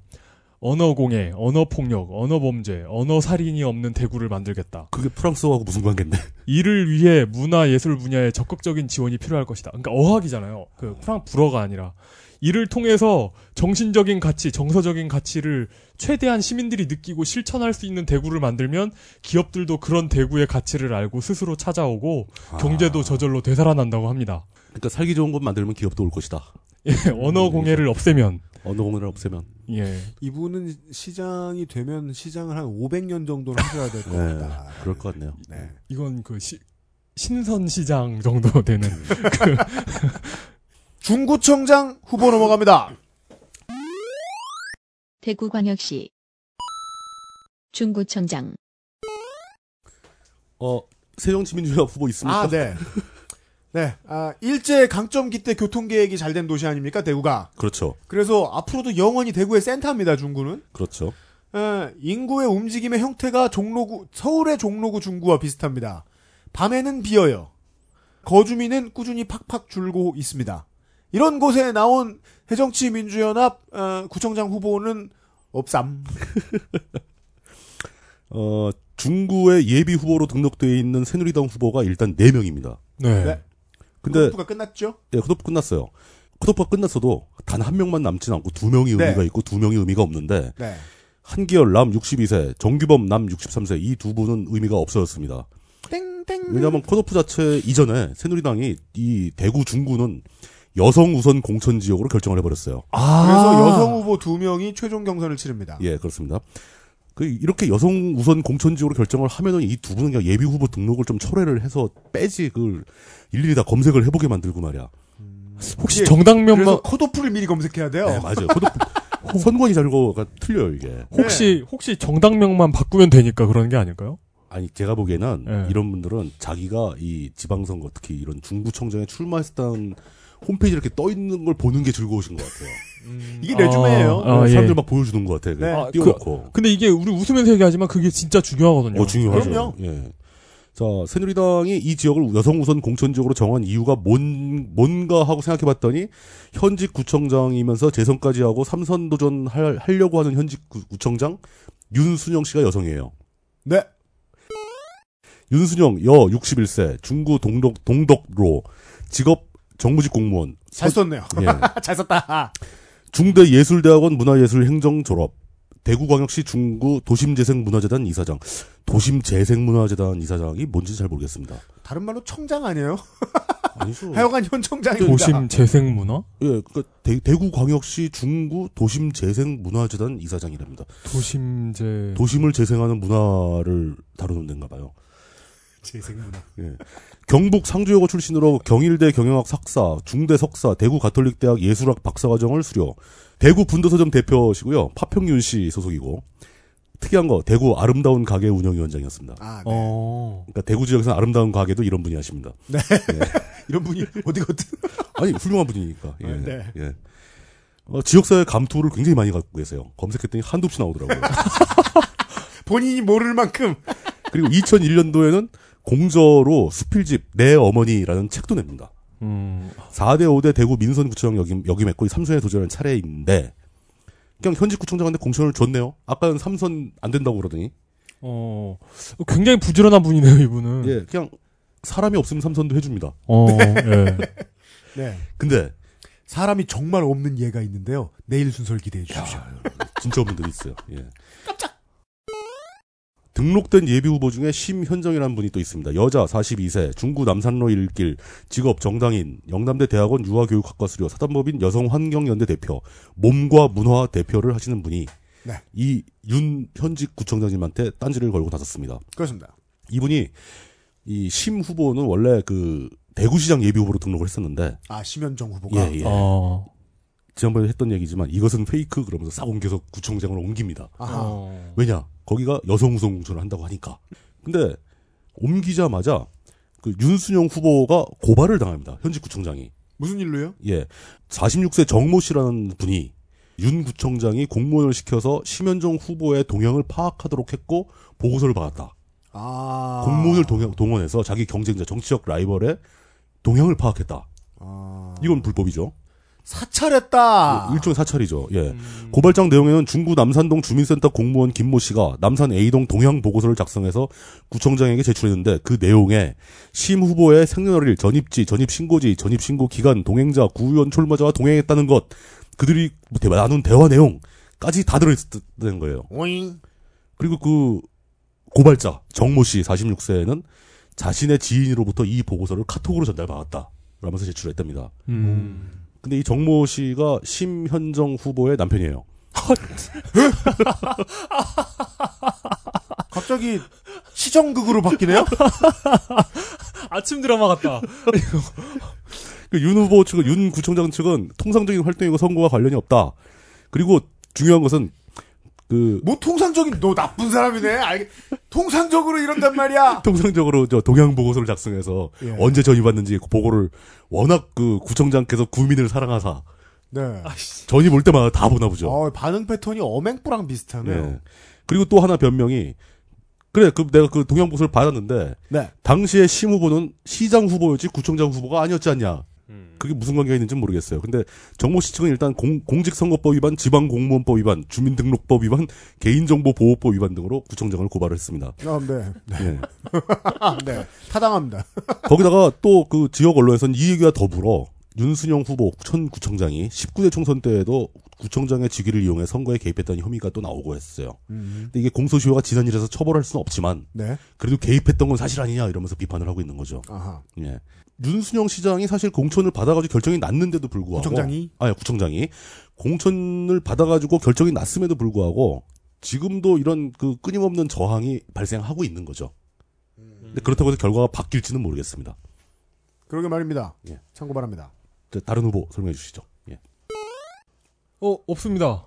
언어 공해, 언어 폭력, 언어 범죄, 언어 살인이 없는 대구를 만들겠다.
그게 프랑스어하고 무슨 관계인데?
이를 위해 문화 예술 분야에 적극적인 지원이 필요할 것이다. 그러니까 어학이잖아요. 그 프랑 불어가 아니라 이를 통해서 정신적인 가치, 정서적인 가치를 최대한 시민들이 느끼고 실천할 수 있는 대구를 만들면
아.
기업들도 그런 대구의 가치를 알고 스스로 찾아오고 경제도 저절로 되살아난다고 합니다.
그러니까 살기 좋은 곳 만들면 기업도 올 것이다.
예,
음.
언어 공해를 없애면
언어 공론을 없애면.
예.
이분은 시장이 되면 시장을 한 500년 정도는 하셔야 될
네,
겁니다.
그럴 것 같네요.
네.
이건 그 시- 신선시장 정도 되는 그
중구청장 후보 넘어갑니다.
대구광역시 중구청장
어, 새정치민주연합 후보 있습니까?
아, 네. 네. 아, 일제 강점기 때 교통계획이 잘 된 도시 아닙니까, 대구가?
그렇죠.
그래서 앞으로도 영원히 대구의 센터입니다, 중구는.
그렇죠.
에, 예, 인구의 움직임의 형태가 종로구, 서울의 종로구 중구와 비슷합니다. 밤에는 비어요. 거주민은 꾸준히 팍팍 줄고 있습니다. 이런 곳에 나온 해정치민주연합 어, 구청장 후보는 없삼.
어, 중구의 예비 후보로 등록돼 있는 새누리당 후보가 일단 4명입니다.
네.
네.
근데
후보가 끝났죠?
예, 컷오프 끝났어요. 컷오프가 끝났어도 단 한 명만 남진 않고 두 명이 의미가
네.
있고 두 명이 의미가 없는데
네.
한기열 남 62세, 정규범 남 63세 이 두 분은 의미가 없어졌습니다.
땡땡.
왜냐하면 컷오프 자체 이전에 새누리당이 이 대구 중구는 여성 우선 공천 지역으로 결정을 해버렸어요.
아.
그래서 여성 후보 두 명이 최종 경선을 치릅니다.
아. 예, 그렇습니다. 그 이렇게 여성 우선 공천 지역으로 결정을 하면은 이 두 분은 그냥 예비 후보 등록을 좀 철회를 해서 빼지 그걸 일일이 다 검색을 해보게 만들고 말이야.
혹시
예,
정당명만
그래서 컷오프를 미리 검색해야 돼요.
네, 맞아요. 컷오프 선관위 자료가 틀려요 이게.
혹시
네.
혹시 정당명만 바꾸면 되니까 그런 게 아닐까요?
아니 제가 보기에는
예.
이런 분들은 자기가 이 지방선거 특히 이런 중구청장에 출마했다는 홈페이지 이렇게 떠 있는 걸 보는 게 즐거우신 것 같아요.
이게 레주메예요.
아, 아, 예.
사람들 막 보여주는 것 같아요.
네.
그냥
아,
띄워놓고.
근데 이게 우리 웃으면서 얘기하지만 그게 진짜 중요하거든요.
어, 중요하죠.
그럼요.
예. 자, 새누리당이 이 지역을 여성 우선 공천 지역으로 정한 이유가 뭔, 뭔가 하고 생각해 봤더니, 현직 구청장이면서 재선까지 하고 삼선 도전 할, 하려고 하는 현직 구, 구청장, 윤순영 씨가 여성이에요.
네.
윤순영, 여 61세, 중구 동덕, 동덕로, 직업 정무직 공무원,
잘 썼네요.
예.
잘 썼다.
중대 예술대학원 문화예술행정 졸업. 대구광역시 중구 도심재생문화재단 이사장. 도심재생문화재단 이사장이 뭔지 잘 모르겠습니다.
다른 말로 청장 아니에요?
아니죠.
하여간 현 청장입니다. 아,
도심 재생 문화?
예, 그 대, 대구광역시 중구 도심재생문화재단 이사장이랍니다.
도심재
도심을 재생하는 문화를 다루는 데인가 봐요.
재생문화.
예. 경북 상주여고 출신으로 경일대 경영학 삭사, 중대 석사, 대구 가톨릭대학 예술학 박사과정을 수료. 대구 분도서점 대표시고요. 파평윤 씨 소속이고 특이한 거 대구 아름다운 가게 운영위원장이었습니다.
아, 네.
어.
그러니까 대구 지역에서 아름다운 가게도 이런 분이 하십니다.
이런 분이 어디거든.
아니 훌륭한 분이니까. 예.
아, 네.
예. 어, 지역사회 감투를 굉장히 많이 갖고 계세요. 검색했더니 한두 푼 나오더라고요.
본인이 모를 만큼.
그리고 2001년도에는 공저로 수필집 내 어머니라는 책도 냅니다.
음.
4대 5대 대구 민선구청 역임, 역임했고 삼선에 도전한 차례인데 그냥 현직 구청장한테 공천을 줬네요. 아까는 삼선 안 된다고 그러더니
어. 굉장히 부지런한 분이네요,
음.
이분은.
예, 그냥 사람이 없으면 삼선도 해줍니다.
어. 예.
네.
근데
사람이 정말 없는 예가 있는데요. 내일 순서를 기대해 주십시오.
진짜 없는 데도 있어요. 예. 깜짝. 등록된 예비 후보 중에 심현정이라는 분이 또 있습니다. 여자 42세, 중구 남산로 1길, 직업 정당인, 영남대 대학원 유아교육학과 수료, 사단법인 여성환경연대 대표, 몸과 문화 대표를 하시는 분이
네.
이 윤현직 구청장님한테 딴지를 걸고 나섰습니다.
그렇습니다.
이분이 이 심 후보는 원래 그 대구시장 예비 후보로 등록을 했었는데
아, 심현정 후보가.
예, 예.
어.
지난번에 했던 얘기지만 이것은 페이크 그러면서 싹 옮겨서 구청장으로 옮깁니다.
아하.
어.
왜냐 거기가 여성 우선 공천을 한다고 하니까 근데 옮기자마자 그 윤순영 후보가 고발을 당합니다 현직 구청장이
무슨 일로요?
예 46세 정모 씨라는 분이 윤 구청장이 공무원을 시켜서 심현정 후보의 동향을 파악하도록 했고 보고서를 받았다
아.
공무원을 동향- 동원해서 자기 경쟁자 정치적 라이벌의 동향을 파악했다
아.
이건 불법이죠
사찰했다.
그 일종의 사찰이죠. 예. 고발장 내용에는 중구 남산동 주민센터 공무원 김모 씨가 남산 A동 동향 보고서를 작성해서 구청장에게 제출했는데 그 내용에 심 후보의 생년월일, 전입지, 전입신고지, 전입신고 기간, 동행자, 구의원 출마자와 동행했다는 것, 그들이 뭐 대- 나눈 대화 내용까지 다 들어있었다는 거예요.
오잉.
그리고 그 고발자 정모 씨 46세는 자신의 지인으로부터 이 보고서를 카톡으로 전달받았다. 라면서 제출했답니다.
음.
근데 이 정모 씨가 심현정 후보의 남편이에요.
갑자기 시정극으로 바뀌네요?
아침 드라마 같다.
그윤 후보 측은 윤 구청장 측은 통상적인 활동이고 선거와 관련이 없다. 그리고 중요한 것은 그
뭐 통상적인 너 나쁜 사람이네. 알 통상적으로 이런단 말이야.
통상적으로 저 동향 보고서를 작성해서
예.
언제 전입받는지 그 보고를 워낙 그 구청장께서 구민을 사랑하사
네.
전입 올 때마다 다 보나 보죠.
어, 반응 패턴이 어맹뿌랑 비슷하네요.
예. 그리고 또 하나 변명이 그래 그 내가 그 동향 보고서를 받았는데
네.
당시에 심 후보는 시장 후보였지 구청장 후보가 아니었지 않냐. 그게 무슨 관계가 있는지 는 모르겠어요. 근데 정모 씨 측은 일단 공, 공직선거법 위반, 지방공무원법 위반, 주민등록법 위반, 개인정보보호법 위반 등으로 구청장을 고발을 했습니다.
아, 네.
예.
아, 네. 타당합니다.
거기다가 또 그 지역 언론에서는 이 얘기와 더불어 윤순영 후보 천 구청장이 19대 총선 때에도 구청장의 직위를 이용해 선거에 개입했다는 혐의가 또 나오고 했어요. 근데 이게 공소시효가 지난 일에서 처벌할 수는 없지만
음. 네.
그래도 개입했던 건 사실 아니냐 이러면서 비판을 하고 있는 거죠.
아하.
예. 윤순영 시장이 사실 공천을 받아가지고 결정이 났는데도
뭐,
불구하고
구청장이?
아니 예, 구청장이 공천을 받아가지고 결정이 났음에도 불구하고 지금도 이런 그 끊임없는 저항이 발생하고 있는 거죠. 근데 그렇다고 해서 결과가 바뀔지는 모르겠습니다.
그러게 말입니다.
예.
참고 바랍니다.
자, 다른 후보 설명해 주시죠. 예.
어 없습니다.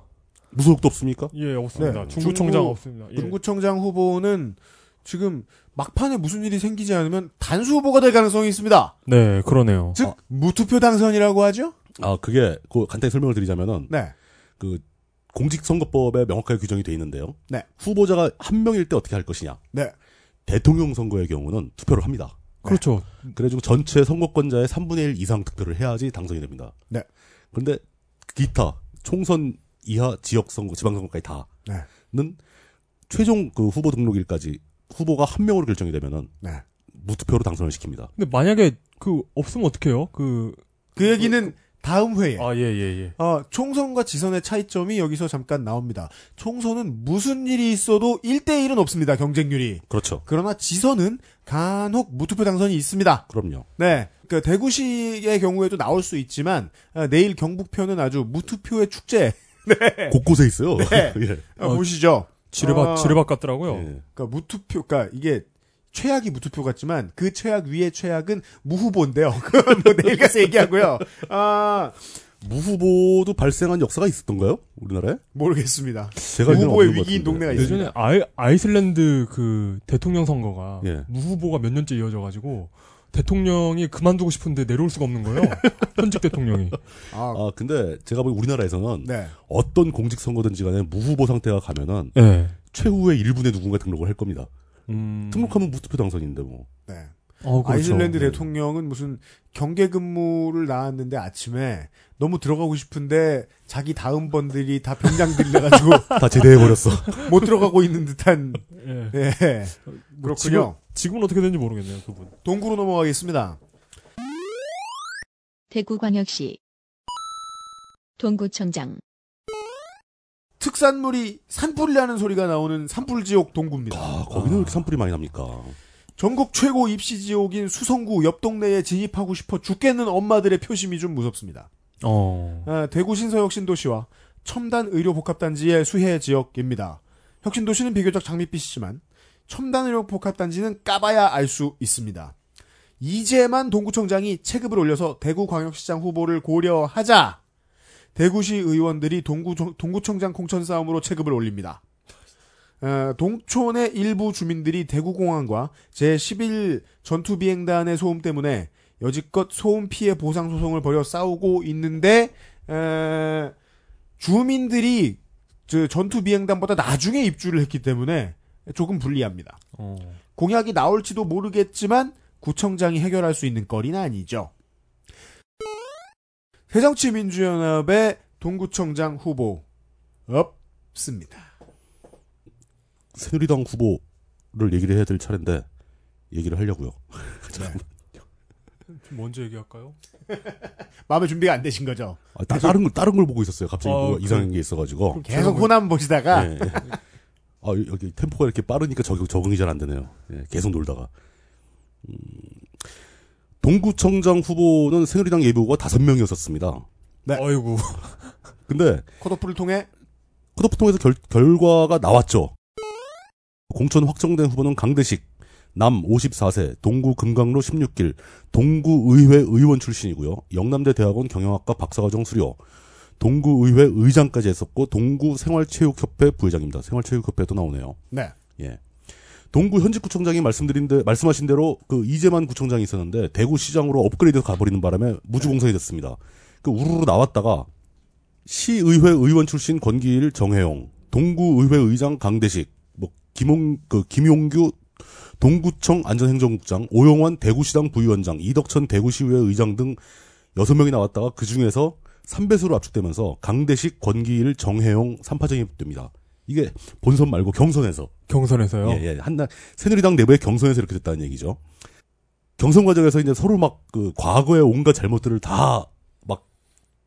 무소속도 없습니까?
예 없습니다.
네.
중구청장
중구-
없습니다. 예.
군구청장 후보는 지금 막판에 무슨 일이 생기지 않으면 단수 후보가 될 가능성이 있습니다.
네 그러네요.
즉 무투표 당선이라고 하죠.
아 그게 그 간단히 설명을 드리자면은
네.
그 공직선거법에 명확하게 규정이 돼 있는데요.
네.
후보자가 한 명일 때 어떻게 할 것이냐.
네.
대통령 선거의 경우는 투표를 합니다.
그렇죠.
그래가지고 전체 선거권자의 3분의 1 이상 득표를 해야지 당선이 됩니다.
네.
그런데 기타 총선 이하 지역 선거, 지방 선거까지
네.
다는 최종 그 후보 등록일까지 후보가 한 명으로 결정이 되면은
네.
무투표로 당선을 시킵니다.
근데 만약에 그 없으면 어떡해요? 그
그 얘기는 다음 회에.
아 예 예, 예.
어, 총선과 지선의 차이점이 여기서 잠깐 나옵니다. 총선은 무슨 일이 있어도 1대1은 없습니다, 경쟁률이.
그렇죠.
그러나 지선은 간혹 무투표 당선이 있습니다.
그럼요.
네. 그 대구시의 경우에도 나올 수 있지만, 어, 내일 경북편은 아주 무투표의 축제.
곳곳에 있어요.
네.
예.
어, 보시죠.
지뢰밭
아.
지뢰밭 같더라고요.
예.
그러니까 무투표, 그러니까 이게 최악이 무투표 같지만 그 최악 위의 최악은 무후보인데요. 그건 뭐 내일 가서 얘기하고요. 아,
무후보도 발생한 역사가 있었던가요? 우리나라에?
모르겠습니다.
제가 알기로는
무후보의
없는 것
위기인
같은데.
동네가 있어요.
예전에 아이, 아이슬란드 그 대통령 선거가
예.
무후보가 몇 년째 이어져가지고 대통령이 그만두고 싶은데 내려올 수가 없는 거예요. 현직 대통령이.
아,
아 근데 제가 보기 우리나라에서는
네.
어떤 공직 선거든지 간에 무후보 상태가 가면은
예.
최후의 1분에 누군가 등록을 할 겁니다.
음.
등록하면 무투표 당선인데 뭐.
네.
어, 그렇죠.
아이슬란드
네.
대통령은 무슨 경계 근무를 나왔는데 아침에 너무 들어가고 싶은데 자기 다음 번들이 다 병장 들려가지고
다 제대해 버렸어.
못 들어가고 있는 듯한
예.
예
뭐 지금,
그렇군요.
지금은 어떻게 되는지 모르겠네요, 그분.
동구로 넘어가겠습니다.
대구광역시 동구청장
특산물이 산불이라는 소리가 나오는 산불지옥 동구입니다.
아, 거기는 왜 이렇게 산불이 많이 납니까?
전국 최고 입시지옥인 수성구 옆 동네에 진입하고 싶어 죽겠는 엄마들의 표심이 좀 무섭습니다.
어.
아, 대구 신서역 신도시와 첨단 의료복합단지의 수혜 지역입니다. 혁신도시는 비교적 장밋빛이지만 첨단 의료복합단지는 까봐야 알 수 있습니다. 이제만 동구청장이 체급을 올려서 대구광역시장 후보를 고려하자 대구시 의원들이 동구, 동구청장 공천 싸움으로 체급을 올립니다. 어, 동촌의 일부 주민들이 대구공항과 제11 전투비행단의 소음 때문에 여지껏 소음 피해 보상 소송을 벌여 싸우고 있는데 에, 주민들이 저 전투 비행단보다 나중에 입주를 했기 때문에 조금 불리합니다.
어.
공약이 나올지도 모르겠지만 구청장이 해결할 수 있는 거리는 아니죠. 새정치민주연합의 동구청장 후보 없습니다.
새누리당 후보를 얘기를 해야 될 차례인데 얘기를 하려고요.
네.
먼저 얘기할까요?
마음의 준비가 안 되신 거죠?
아, 따, 다른 걸 다른 걸 보고 있었어요. 갑자기
어,
뭐가
그-
이상한 게 있어가지고.
계속 호남 보시다가 네.
예. 아 여기 템포가 이렇게 빠르니까 적응 적응이 잘 안 되네요. 예, 계속 놀다가. 음, 동구청장 후보는 새누리당 예비 후보가 다섯 명이었었습니다.
네.
어이구.
근데
컷오프를 통해
컷오프 통해서 결, 결과가 나왔죠. 공천 확정된 후보는 강대식, 남 54세, 동구 금강로 16길, 동구의회 의원 출신이고요. 영남대 대학원 경영학과 박사과정 수료, 동구의회 의장까지 했었고 동구 생활체육협회 부회장입니다. 생활체육협회도 나오네요.
네.
예. 동구 현직 구청장이 말씀드린 데, 말씀하신 대로 그 이재만 구청장이 있었는데 대구시장으로 업그레이드 가버리는 바람에 무주공산이 됐습니다. 그 우르르 나왔다가 시의회 의원 출신 권기일 정혜용, 동구의회 의장 강대식, 뭐 김홍 그 김용규 동구청 안전행정국장, 오용환 대구시당 부위원장, 이덕천 대구시의회 의장 등 여섯 명이 나왔다가 그 중에서 3배수로 압축되면서 강대식, 권기일, 정혜용, 삼파전이 됩니다. 이게 본선 말고 경선에서
경선에서요.
예, 예. 한나 새누리당 내부의 경선에서 이렇게 됐다는 얘기죠. 경선 과정에서 이제 서로 막 그 과거의 온갖 잘못들을 다막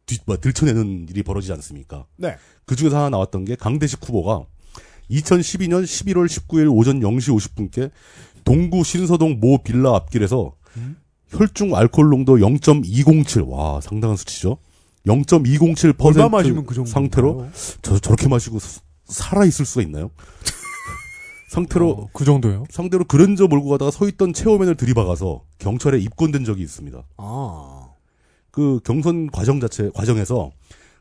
뒤, 막 들춰내는 일이 벌어지지 않습니까?
네.
그 중에서 하나 나왔던 게 강대식 후보가 2012년 11월 19일 오전 0시 50분께 동구 신서동 모 빌라 앞길에서
음?
혈중 알코올 농도 0.207, 와, 상당한 수치죠? 0.207%
얼마 마시면 그 정도
상태로 저, 저렇게 마시고 사- 살아있을 수가 있나요? 상태로
어, 그 정도요.
상대로 그랜저 몰고 가다가 서 있던 체어맨을 들이박아서 경찰에 입건된 적이 있습니다.
아.
그 경선 과정 자체 과정에서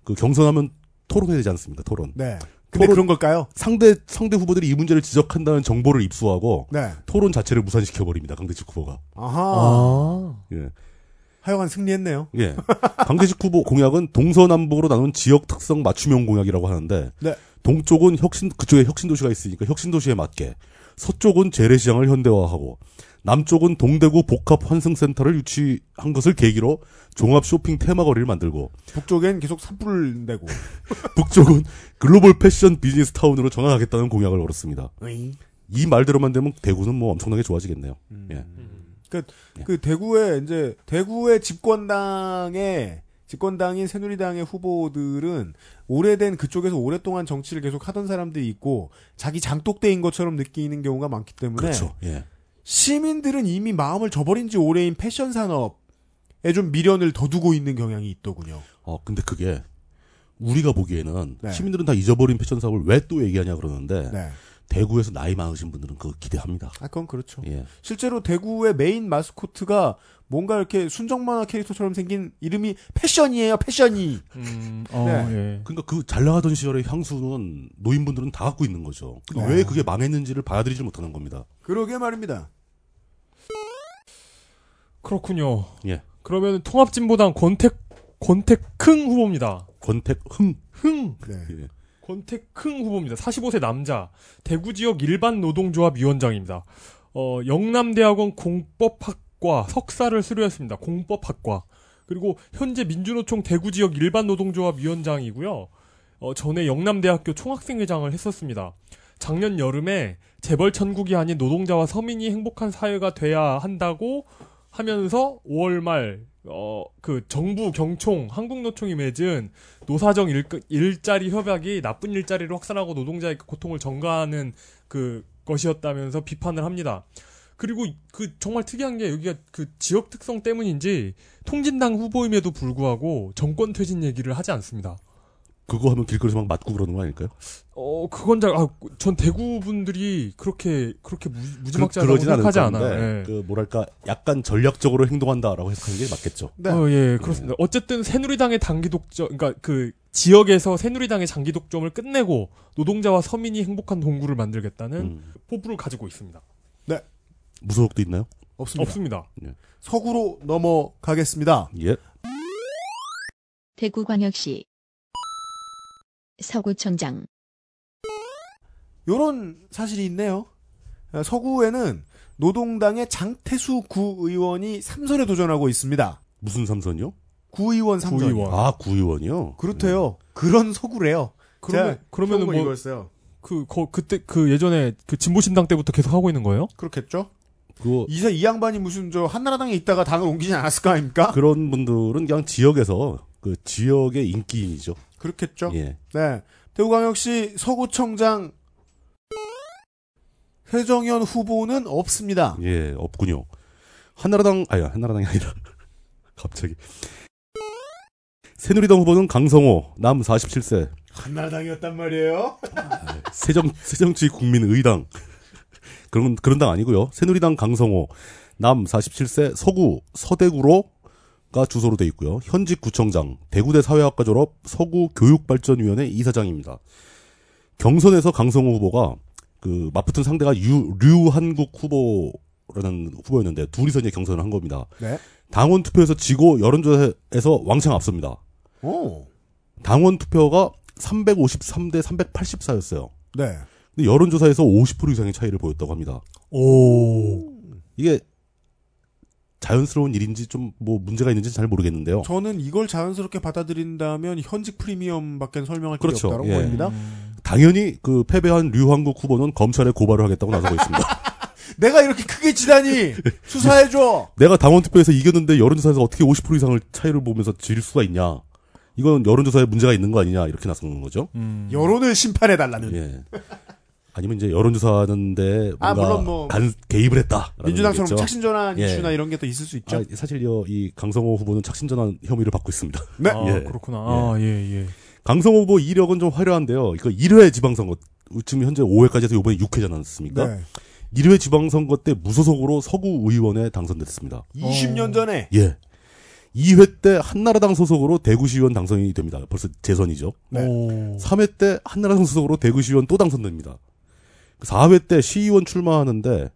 그 경선하면 토론해야 되지 않습니까? 토론.
네. 근데
토론-
그런 걸까요?
상대 상대 후보들이 이 문제를 지적한다는 정보를 입수하고
네.
토론 자체를 무산시켜 버립니다. 강대식 후보가.
아하.
예.
하여간 승리했네요.
예. 강대식 후보 공약은 동서남북으로 나눈 지역 특성 맞춤형 공약이라고 하는데
네.
동쪽은 혁신 그쪽에 혁신 도시가 있으니까 혁신 도시에 맞게 서쪽은 재래시장을 현대화하고 남쪽은 동대구 복합 환승센터를 유치한 것을 계기로 종합 쇼핑 테마거리를 만들고
북쪽엔 계속 산불 내고.
북쪽은 글로벌 패션 비즈니스 타운으로 전환하겠다는 공약을 걸었습니다.
으잉.
이 말대로만 되면 대구는 뭐 엄청나게 좋아지겠네요. 예.
그 대구의 이제 대구의 집권당의 집권당인 새누리당의 후보들은 오래된 그쪽에서 오랫동안 정치를 계속 하던 사람들이 있고 자기 장독대인 것처럼 느끼는 경우가 많기 때문에
그렇죠. 예.
시민들은 이미 마음을 저버린 지 오래인 패션 산업에 좀 미련을 더 두고 있는 경향이 있더군요.
어, 근데 그게 우리가 보기에는
네.
시민들은 다 잊어버린 패션 사업을 왜 또 얘기하냐 그러는데
네.
대구에서 나이 많으신 분들은 그거 기대합니다.
아, 그건 그렇죠.
예.
실제로 대구의 메인 마스코트가 뭔가 이렇게 순정만화 캐릭터처럼 생긴 이름이 패션이에요, 패션이.
음, 어,
네.
예.
그러니까 그 잘 나가던 시절의 향수는 노인분들은 다 갖고 있는 거죠. 근데
네.
왜 그게 망했는지를 받아들이지 못하는 겁니다.
그러게 말입니다.
그렇군요.
예.
그러면 통합진보당 권택 권택흥 후보입니다.
권택흥
흥
네.
예.
권택흥 후보입니다. 45세 남자, 대구 지역 일반 노동조합 위원장입니다. 어, 영남대학원 공법학과 석사를 수료했습니다. 공법학과. 그리고 현재 민주노총 대구 지역 일반 노동조합 위원장이고요. 어, 전에 영남대학교 총학생회장을 했었습니다. 작년 여름에 재벌 천국이 아닌 노동자와 서민이 행복한 사회가 돼야 한다고 하면서 5월 말 어, 그 정부 경총 한국노총이 맺은 노사정 일, 일자리 협약이 나쁜 일자리를 확산하고 노동자의 고통을 전가하는 그 것이었다면서 비판을 합니다. 그리고 그 정말 특이한 게 여기가 그 지역 특성 때문인지 통진당 후보임에도 불구하고 정권 퇴진 얘기를 하지 않습니다.
그거 하면 길거리에서 막 맞고 그러는 거 아닐까요?
어 그건 잘전 대구 분들이 그렇게 그렇게 무, 무지막지하다고
그러진 않을
생각하지
건데,
않아요. 예.
그 뭐랄까 약간 전략적으로 행동한다라고 해석하는 게 맞겠죠.
네.
어, 예, 그렇습니다. 어쨌든 새누리당의 단기 독점, 그러니까 그 지역에서 새누리당의 장기 독점을 끝내고 노동자와 서민이 행복한 동구를 만들겠다는
음.
포부를 가지고 있습니다.
무소속도 있나요?
없습니다.
없습니다.
서구로 넘어가겠습니다.
예.
대구광역시 서구청장
요런 사실이 있네요. 아, 서구에는 노동당의 장태수 구의원이 삼선에 도전하고 있습니다.
무슨 삼선이요?
구의원 삼선.
구의원.
아 구의원이요.
그렇대요. 그런 서구래요.
그러면
제가
그러면은
표본
뭐
읽었어요.
그 거, 그때 그 예전에 그 진보신당 때부터 계속 하고 있는 거예요?
그렇겠죠?
그
이사 이 양반이 무슨 저 한나라당에 있다가 당을 옮기지 않았을 거 아닙니까?
그런 분들은 그냥 지역에서 그 지역의 인기인이죠.
그, 렇겠죠
예.
네. 대구광역시 서구청장 회정현 후보는 없습니다.
예, 없군요. 한나라당 아니 한나라당이 아니라 갑자기 새누리당 후보는 강성호 남 47세
한나라당이었단 말이에요.
새정 새정치 국민의당 그런 그런 당 아니고요 새누리당 강성호 남 47세 서구 서대구로가 주소로 돼 있고요 현직 구청장 대구대 사회학과 졸업 서구 교육발전위원회 이사장입니다 경선에서 강성호 후보가 그 맞붙은 상대가 유, 류한국 후보라는 후보였는데 둘이서 이제 경선을 한 겁니다
네.
당원 투표에서 지고 여론조사에서 왕창 앞섭니다
오.
당원 투표가 353대 384였어요.
네.
근데 여론조사에서 50% 이상의 차이를 보였다고 합니다.
오.
이게 자연스러운 일인지 좀 뭐 문제가 있는지 잘 모르겠는데요.
저는 이걸 자연스럽게 받아들인다면 현직 프리미엄밖에 설명할
그렇죠.
게 없다고
예.
보입니다.
음.
당연히 그 패배한 류한국 후보는 검찰에 고발을 하겠다고 나서고 있습니다.
내가 이렇게 크게 지다니 수사해줘.
내가 당원 투표에서 이겼는데 여론조사에서 어떻게 50% 이상을 차이를 보면서 질 수가 있냐? 이건 여론조사에 문제가 있는 거 아니냐 이렇게 나서는 거죠.
음. 여론을 심판해 달라는.
음. 예. 아니면 이제 여론조사하는데 뭔가
아, 물론 뭐
간- 개입을 했다.
민주당처럼 착신전환
예.
이슈나 이런 게 또 있을 수 있죠.
아, 사실요, 이 강성호 후보는 착신전환 혐의를 받고 있습니다.
네.
아,
예.
그렇구나. 아, 예, 예.
강성호 후보 이력은 좀 화려한데요. 이거 1회 지방선거, 지금 현재 5회까지 해서 이번에 6회잖아 않습니까?
네.
1회 지방선거 때 무소속으로 서구 의원에 당선됐습니다.
20년 전에
예. 2회 때 한나라당 소속으로 대구시의원 당선이 됩니다. 벌써 재선이죠.
네.
오.
3회 때 한나라당 소속으로 대구시의원 또 당선됩니다. 그 4회 때 시의원 출마하는데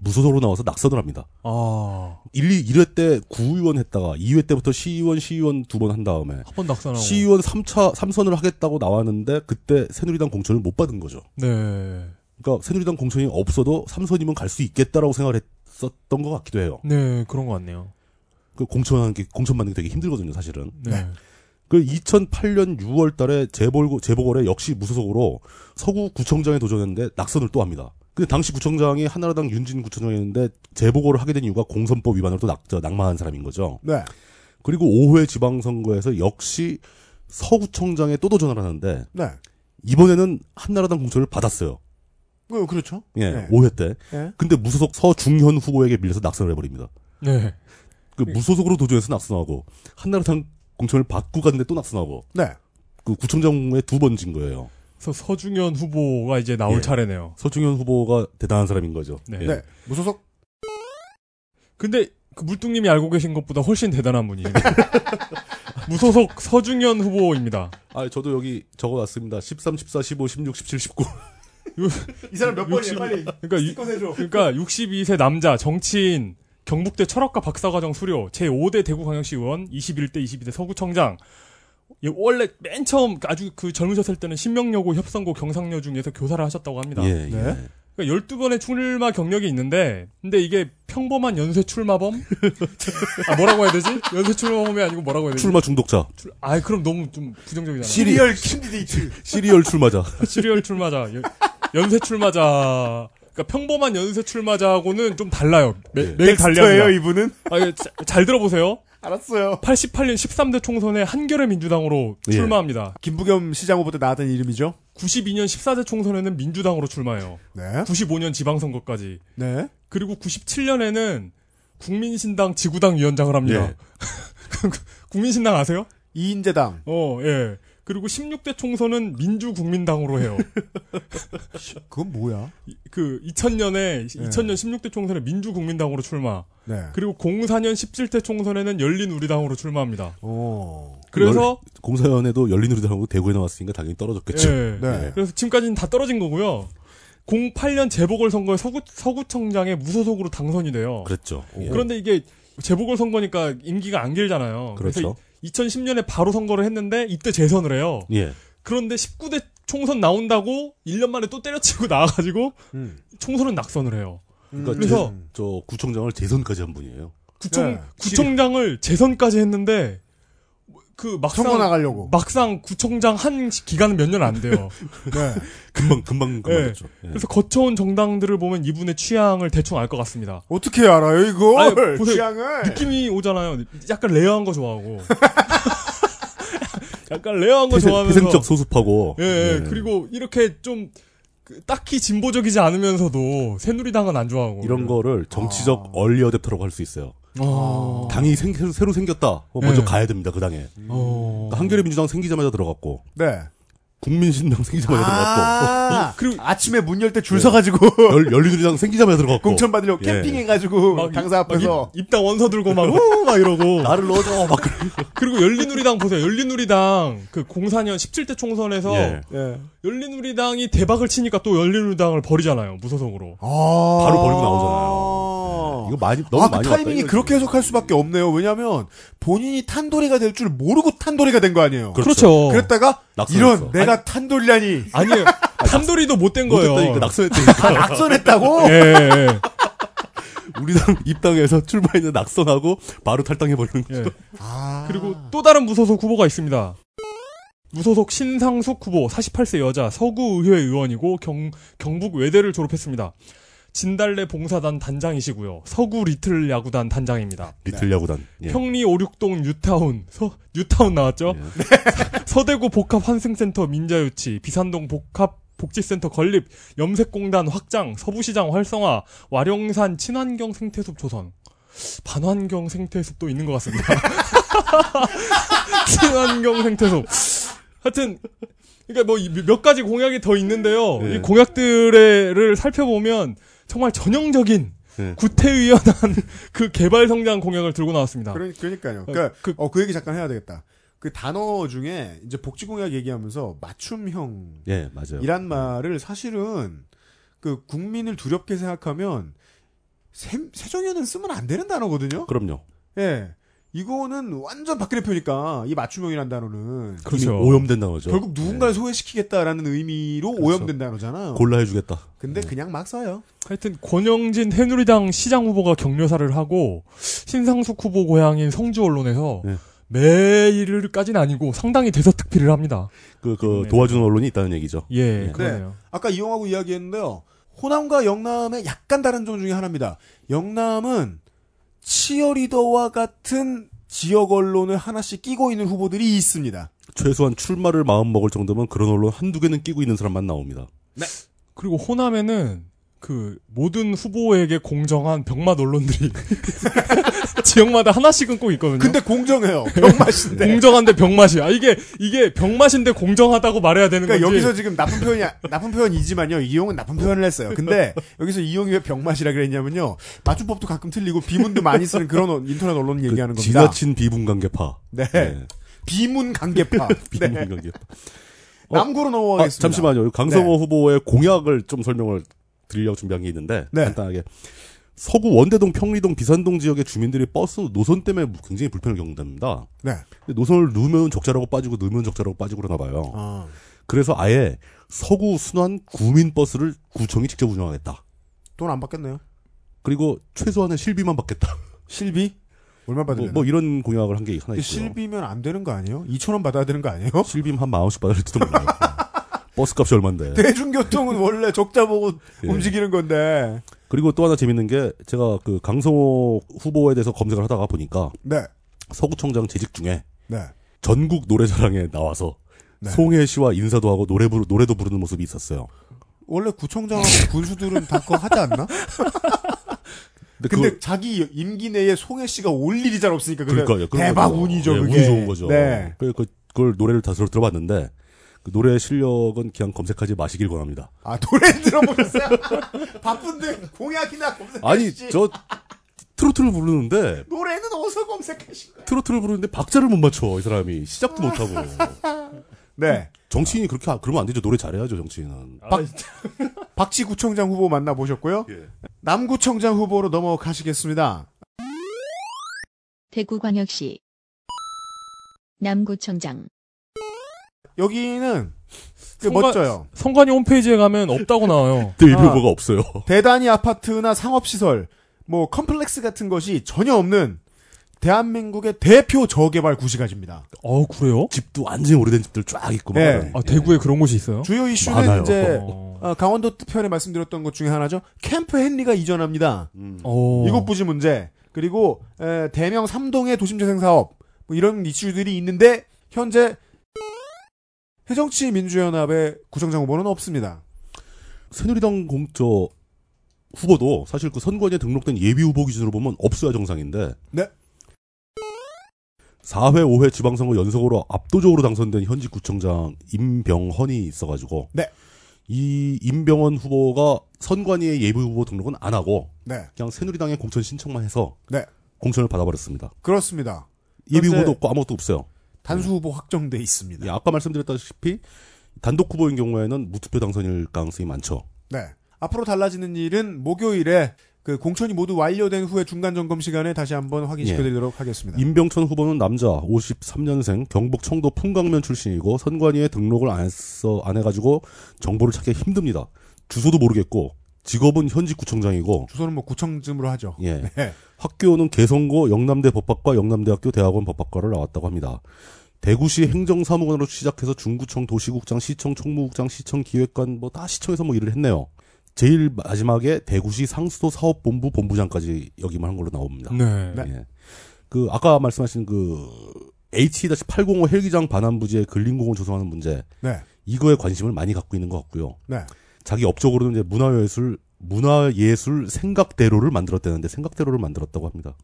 무소속으로 나와서 낙선을 합니다.
아.
1, 2, 1회 때 구의원 했다가 2회 때부터 시의원, 시의원 두 번 한 다음에
한 번 낙선하고.
시의원 3차, 3선을 하겠다고 나왔는데 그때 새누리당 공천을 못 받은 거죠.
네.
그러니까 새누리당 공천이 없어도 3선이면 갈 수 있겠다라고 생각을 했었던 것 같기도 해요.
네, 그런 것 같네요.
그 공천하는 게, 공천 받는 게 되게 힘들거든요, 사실은.
네.
그 2008년 6월 달에 재벌, 재보궐에 역시 무소속으로 서구 구청장에 도전했는데 낙선을 또 합니다. 근데 당시 구청장이 한나라당 윤진 구청장이었는데 재보궐을 하게 된 이유가 공선법 위반으로 또 낙, 저, 낙마한 사람인 거죠.
네.
그리고 5회 지방선거에서 역시 서구청장에 또 도전을 하는데
네.
이번에는 한나라당 공천을 받았어요.
그, 그렇죠.
예,
네.
5회 때.
예.
근데 무소속 서중현 후보에게 밀려서 낙선을 해버립니다.
네.
그 무소속으로 도전해서 낙선하고 한나라당 공천을 받고 갔는데 또 낙선하고
네.
그 구청장에 두 번 진 거예요.
그래서 서중현 후보가 이제 나올
예.
차례네요.
서중현 후보가 대단한 사람인 거죠.
네.
예.
네. 무소속.
근데 그 물뚱님이 알고 계신 것보다 훨씬 대단한 분이시네요. 무소속 서중현 후보입니다.
아, 저도 여기 적어놨습니다. 13, 14, 15, 16, 17, 19.
이 사람 몇 번이에요?
육십-
빨리.
그러니까 유-
꺼내줘.
그러니까 62세 남자 정치인 경북대 철학과 박사과정 수료 제5대 대구광역시 의원 21대 22대 서구청장 예, 원래 맨 처음 아주 그 젊으셨을 때는 신명여고 협성고 경상여 중에서 교사를 하셨다고 합니다.
예, 예.
네.
그러니까 12번의 출마 경력이 있는데 근데 이게 평범한 연쇄 출마범? 아, 뭐라고 해야 되지? 연쇄 출마범이 아니고 뭐라고 해야 되지?
출마 중독자.
출- 아 그럼 너무 좀 부정적이잖아.
시리얼 캔디데이트.
시리얼 출마자.
아, 시리얼 출마자, 연, 연쇄 출마자. 그러니까 평범한 연쇄 출마자하고는 좀 달라요. 매,
예.
매일
텍스터예요,
달려요.
이분은.
아, 이거 자- 잘 들어보세요.
알았어요.
88년 13대 총선에 한겨레 민주당으로
예.
출마합니다.
김부겸 시장 후보 때 나왔던 이름이죠.
92년 14대 총선에는 민주당으로 출마해요.
네.
95년 지방선거까지.
네.
그리고 97년에는 국민신당 지구당 위원장을 합니다.
예.
국민신당 아세요?
이인재당.
어, 예. 그리고 16대 총선은 민주국민당으로 해요.
그건 뭐야?
그 2000년에
예.
2000년 16대 총선에 민주국민당으로 출마.
네.
그리고 04년 17대 총선에는 열린우리당으로 출마합니다.
오.
그래서
공사연에도 열린우리당하고 대구에 나왔으니까 당연히 떨어졌겠죠.
예.
네.
그래서 지금까지는 다 떨어진 거고요. 08년 재보궐선거에 서구 서구청장에 무소속으로 당선이 돼요.
그랬죠. 예.
그런데 이게 재보궐선거니까 임기가 안 길잖아요.
그렇죠.
래서 2010년에 바로 선거를 했는데 이때 재선을 해요.
예.
그런데 19대 총선 나온다고 1년 만에 또 때려치고 나와가지고
음.
총선은 낙선을 해요.
그러니까
그래서-
제- 저 구청장을 재선까지 한 분이에요.
구청
네.
구청장을 재선까지 했는데 그
아,
막상
선거 나가려고.
막상 구청장 한 기간은 몇 년 안 돼요.
네.
금방 금방 그만뒀죠. 예.
그래서 거쳐온 정당들을 보면 이분의 취향을 대충 알 것 같습니다.
어떻게 알아요, 그 이거?
뭐,
아니,
그 네.
보세요.
취향을.
느낌이 오잖아요. 약간 레어한 거 좋아하고. 약간 레어한 거
태생-
좋아하면서.
태생적 소수파고.
예, 예.
예.
그리고 이렇게 좀 그 그 딱히 진보적이지 않으면서도 새누리당은 안 좋아하고
이런 거를
아.
정치적 얼리 어댑터라고 할 수 있어요.
어.
당이 생- 새로, 새로 생겼다. 어, 먼저
네.
가야 됩니다. 그 당에.
어.
그러니까 한겨레민주당 생기자마자 들어갔고
네.
국민신당 생기자마자
아,
그리고-
아침에 문 열 때 줄
네.
서가지고
들어갔고 열, 열린우리당 생기자마자 들어갔고
공천 받으려고
예.
캠핑해가지고
막
당사
입- 막
앞에서
입, 입당 원서 들고 막, 우! 막 이러고.
나를 넣어줘 막 그래.
그리고 열린우리당 보세요. 열린우리당 그 04년 17대 총선에서
예.
예.
열린우리당이 대박을 치니까 또 열린우리당을 버리잖아요. 무소속으로.
바로 버리고 나오잖아요. 이거 많이 너무
아, 그
많이
타이밍이
왔다, 이거지.
그렇게 해석할 수밖에 없네요. 왜냐하면 본인이 탄돌이가 될 줄 모르고 탄돌이가 된 거 아니에요.
그렇죠.
그랬다가
낙선했어.
이런 내가 탄돌이라니
아니에요. 탐돌이도 못 된 거예요.
못했다니까 낙선했다니까
낙선했다고.
예, 예,
우리 당 입당해서 출마했는데 낙선하고 바로 탈당해버리는
예.
거죠.
아.
그리고 또 다른 무소속 후보가 있습니다. 무소속 신상숙 후보 48세 여자 서구의회 의원이고 경, 경북 외대를 졸업했습니다. 진달래 봉사단 단장이시고요. 서구 리틀 야구단 단장입니다.
리틀 야구단. 예.
네. 평리 오륙동 뉴타운 서 뉴타운 나왔죠. 서대구 복합 환승센터 민자유치, 비산동 복합 복지센터 건립, 염색공단 확장, 서부시장 활성화, 와룡산 친환경 생태숲 조성, 반환경 생태숲도 있는 것 같습니다. 친환경 생태숲. 하여튼 그러니까 뭐 몇 가지 공약이 더 있는데요.
네.
이 공약들을 살펴보면 정말 전형적인
네.
구태의연한 그 개발 성장 공약을 들고 나왔습니다.
그러, 그러니까요. 그러니까
그-
어, 그 얘기 잠깐 해야 되겠다. 그 단어 중에 이제 복지공약 얘기하면서 맞춤형이란
예, 맞아요.
네.
말을 사실은 그 국민을 두렵게 생각하면 세, 세종현은 쓰면 안 되는 단어거든요.
그럼요.
예. 이거는 완전 박근혜 표니까 이 맞춤형이란 단어는
이미
그렇죠. 네.
오염된 단어죠.
결국 누군가를 소외시키겠다라는 의미로 오염된 단어잖아요.
골라해주겠다.
근데
네.
그냥 막 써요.
하여튼 권영진 새누리당 시장 후보가 격려사를 하고 신상숙 후보 고향인 성주 언론에서
네.
매일까지는 아니고 상당히 대서특필을 합니다.
그,
음, 네.
그, 도와주는 언론이 있다는 얘기죠.
예,
네.
그러네요.
아까 이용하고 이야기했는데요. 호남과 영남의 약간 다른 점 중에 하나입니다. 영남은 치어리더와 같은 지역 언론을 하나씩 끼고 있는 후보들이 있습니다.
최소한 출마를 마음먹을 정도면 그런 언론 한두 개는 끼고 있는 사람만 나옵니다.
그리고 호남에는 그 모든 후보에게 공정한 병맛 언론들이 지역마다 하나씩은 꼭 있거든요.
근데 네. 공정해요. 병맛인데.
공정한데 병맛이야. 아, 이게 이게 병맛인데 공정하다고 말해야 되는
그러니까
건지.
여기서 지금 나쁜 표현이 나쁜 표현이지만요. 이용은 나쁜 표현을 했어요. 근데 여기서 이용이 왜 병맛이라 그랬냐면요. 맞춤법도 가끔 틀리고 비문도 많이 쓰는 그런 어- 인터넷 언론 얘기하는
그
겁니다.
지나친 비분관계파.
네.
네.
비문 강계파. 네.
비분관계파. 어.
남구로
아,
넘어가겠습니다. 네.
잠시만요. 강성호 후보의 공약을 좀 설명을 드리려고 준비한 게 있는데
네.
간단하게 서구 원대동, 평리동, 비산동 지역의 주민들이 버스 노선 때문에 굉장히 불편을 겪는답니다.
네.
근데 노선을 누면 적자라고 빠지고 누면 적자라고 빠지고 그러나 봐요.
아,
그래서 아예 서구 순환 구민 버스를 구청이 직접 운영하겠다.
돈 안 받겠네요.
뭐, 그리고 최소한의 실비만 받겠다.
실비? 얼마
뭐,
받으면?
뭐 이런 공약을 한 게 하나 아, 있고요.
실비면 안 되는 거 아니에요? 2천 원 받아야 되는 거 아니에요?
실비면 한 만 원씩 받을지도 몰라요. 버스값이 얼만데.
대중교통은 원래 적자 보고
예.
움직이는 건데.
그리고 또 하나 재밌는 게 제가 그 강성호 후보에 대해서 검색을 하다가 보니까
네,
서구청장 재직 중에
네.
전국 노래자랑에 나와서
네.
송혜 씨와 인사도 하고 노래 부르, 노래도 부르는 모습이 있었어요.
원래 구청장하고 군수들은 다 그거 하지 않나?
근데,
근데
그,
자기 임기 내에 송혜 씨가 올 일이 잘 없으니까 그게
그러니까요. 그런
대박
거죠.
운이죠.
예,
그게.
운이 좋은 거죠.
네.
그, 그, 그걸 노래를 다 들어- 들어봤는데 그 노래 실력은 그냥 검색하지 마시길 권합니다.
아 노래 들어보셨어요? 바쁜데 공약이나 검색하시지.
아니 저 트로트를 부르는데
노래는 어디서 검색하신 거예요?
트로트를 부르는데 박자를 못 맞춰 이 사람이 시작도 못 하고
네.
정치인이 그렇게 하- 그러면 안 되죠. 노래 잘해야죠 정치인은.
아,
박- 박지 구청장 후보 만나보셨고요.
예.
남구청장 후보로 넘어가시겠습니다.
대구광역시 남구청장
여기는 그
선거-
멋져요.
선관위 홈페이지에 가면 없다고 나와요.
대일 후보가 없어요.
대단히 아파트나 상업시설, 뭐 컴플렉스 같은 것이 전혀 없는 대한민국의 대표 저개발 구시가지입니다.
어, 그래요?
집도 완전히 오래된 집들 쫙 있고 예. 막
네.
그런.
아, 대구에 그런 곳이 있어요?
주요 이슈는
많아요.
이제
어.
어, 강원도 편에 말씀드렸던 것 중에 하나죠. 캠프 헨리가 이전합니다.
음.
어.
이것 부지 문제 그리고 에, 대명 삼동의 도심재생 사업 뭐 이런 이슈들이 있는데 현재 해정치 민주연합의 구청장 후보는 없습니다.
새누리당 공천 후보도 사실 그 선관위에 등록된 예비 후보 기준으로 보면 없어야 정상인데.
네.
4회, 5회 지방선거 연속으로 압도적으로 당선된 현직 구청장 임병헌이 있어가지고.
네.
이 임병헌 후보가 선관위의 예비 후보 등록은 안 하고
네.
그냥 새누리당에 공천 신청만 해서
네.
공천을 받아버렸습니다.
그렇습니다.
예비
현재-
후보도 없고 아무것도 없어요.
단수 후보 확정돼
예,
있습니다.
아까 말씀드렸다시피 단독 후보인 경우에는 무투표 당선일 가능성이 많죠.
네. 앞으로 달라지는 일은 목요일에 그 공천이 모두 완료된 후에 중간 점검 시간에 다시 한번 확인시켜드리도록 하겠습니다.
임병천 후보는 남자 53년생 경북 청도 풍광면 출신이고 선관위에 등록을 안 했어 안 해가지고 정보를 찾기 힘듭니다. 주소도 모르겠고 직업은 현직 구청장이고
주소는 뭐 구청쯤으로 하죠.
예.
네.
학교는 개성고 영남대 법학과 영남대학교 대학원 법학과를 나왔다고 합니다. 대구시 행정사무관으로 시작해서 중구청 도시국장 시청 총무국장 시청 기획관 뭐 다 시청에서 뭐 일을 했네요. 제일 마지막에 대구시 상수도 사업본부 본부장까지 역임을 한 걸로 나옵니다.
네.
네.
예. 그 아까 말씀하신 그 H-805 헬기장 반환부지에 근린공원 조성하는 문제
네.
이거에 관심을 많이 갖고 있는 것 같고요.
네.
자기 업적으로는 이제 문화예술 문화예술 생각대로를 만들었다는데 생각대로를 만들었다고 합니다.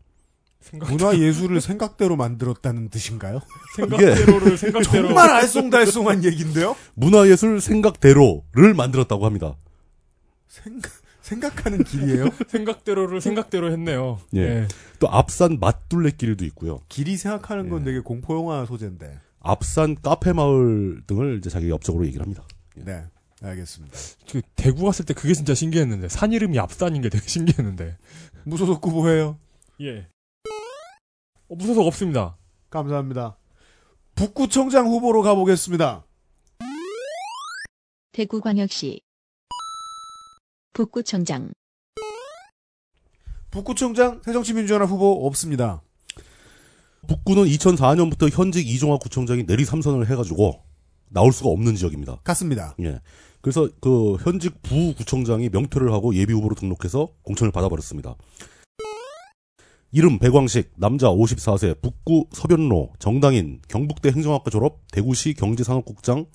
생각,
문화 예술을 생각대로 만들었다는 뜻인가요?
생각대로를 생각대로.
정말 알쏭달쏭한 얘기인데요?
문화예술 생각대로를 만들었다고 합니다.
생각, 생각하는 길이에요?
생각대로를 생각대로 했네요.
예.
예.
또 앞산 맞둘레길도 있고요.
길이 생각하는 건 되게 공포영화 소재인데.
앞산 카페마을 등을 이제 자기 업적으로 얘기를 합니다.
네. 알겠습니다.
그 대구 갔을 때 그게 진짜 신기했는데 산 이름이 앞산인 게 되게 신기했는데.
무소속 후보예요.
예. 어, 무소속 없습니다.
감사합니다. 북구청장 후보로 가보겠습니다.
대구광역시 북구청장
북구청장 새정치민주연합 후보 없습니다.
북구는 2004년부터 현직 이종학 구청장이 내리 삼선을 해가지고 나올 수가 없는 지역입니다.
같습니다.
예. 그래서 그 현직 부구청장이 명퇴를 하고 예비 후보로 등록해서 공천을 받아버렸습니다. 이름 배광식 남자 54세 북구 서변로 정당인 경북대 행정학과 졸업 대구시 경제산업국장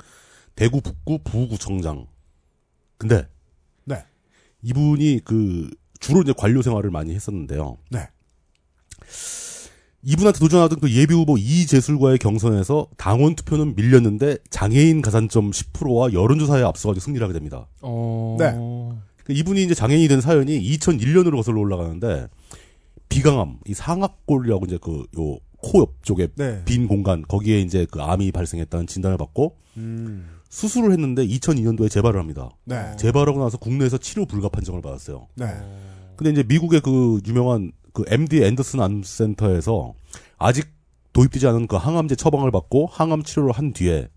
대구 북구 부구청장 근데
네.
이분이 그 주로 이제 관료 생활을 많이 했었는데요.
네.
이분한테 도전하던 그 예비 후보 이재술과의 경선에서 당원 투표는 밀렸는데 장애인 가산점 10%와 여론조사에 앞서가지고 승리를 하게 됩니다.
어.
네.
그 이분이 이제 장애인이 된 사연이 2001년으로 거슬러 올라가는데 비강암, 이 상악골이라고 이제 그 요 코 옆쪽에
네.
빈 공간 거기에 이제 그 암이 발생했다는 진단을 받고
음.
수술을 했는데 2002년도에 재발을 합니다.
네.
재발하고 나서 국내에서 치료 불가 판정을 어. 받았어요.
네.
근데 이제 미국의 그 유명한 그 MD 앤더슨 암 센터에서 아직 도입되지 않은 그 항암제 처방을 받고 항암 치료를 한 뒤에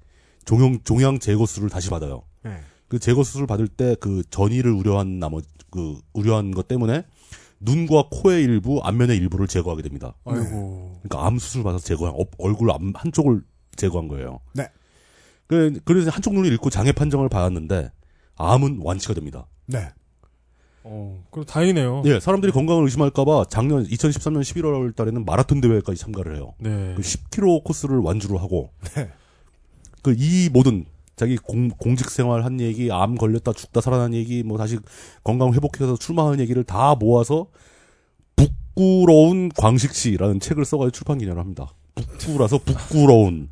종용 종양 제거 수술을 다시 받아요.
네.
그 제거 수술 받을 때 그 전이를 우려한 나머지 그 우려한 것 때문에 눈과 코의 일부, 안면의 일부를 제거하게 됩니다.
아이고.
그러니까 암 수술 받아서 제거한 어- 얼굴 암 한쪽을 제거한 거예요.
네.
그- 그래서 한쪽 눈을 잃고 장애 판정을 받았는데 암은 완치가 됩니다.
네.
어. 그럼 다행이네요.
예, 사람들이 건강을 의심할까봐 작년 2013년 11월 달에는 마라톤 대회까지 참가를 해요.
네.
그 10km 코스를 완주를 하고
네.
그 이 모든 자기 공, 공직 생활 한 얘기, 암 걸렸다 죽다 살아난 얘기, 뭐 다시 건강 회복해서 출마하는 얘기를 다 모아서 부끄러운 광식시라는 책을 써가지고 출판 기념을 합니다. 북구라서 부끄러운.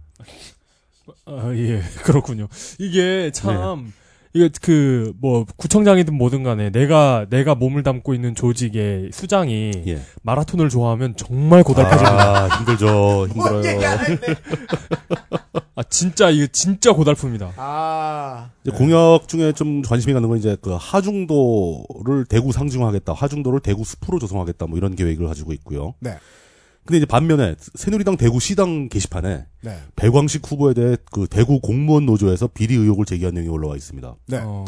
아, 예, 그렇군요. 이게 참, 이게 그, 뭐, 구청장이든 뭐든 간에 내가, 내가 몸을 담고 있는 조직의 수장이
예.
마라톤을 좋아하면 정말 고달파집니다. 아,
아, 힘들죠.
뭐,
힘들어요.
아, 진짜, 이거 진짜 고달픕니다.
아.
이제 공약 중에 좀 관심이 가는 건 이제 그 하중도를 대구 상징화하겠다, 하중도를 대구 숲으로 조성하겠다, 뭐 이런 계획을 가지고 있고요.
네.
근데 이제 반면에 새누리당 대구 시당 게시판에
네.
배광식 후보에 대해 그 대구 공무원 노조에서 비리 의혹을 제기한 내용이 올라와 있습니다.
네.
어,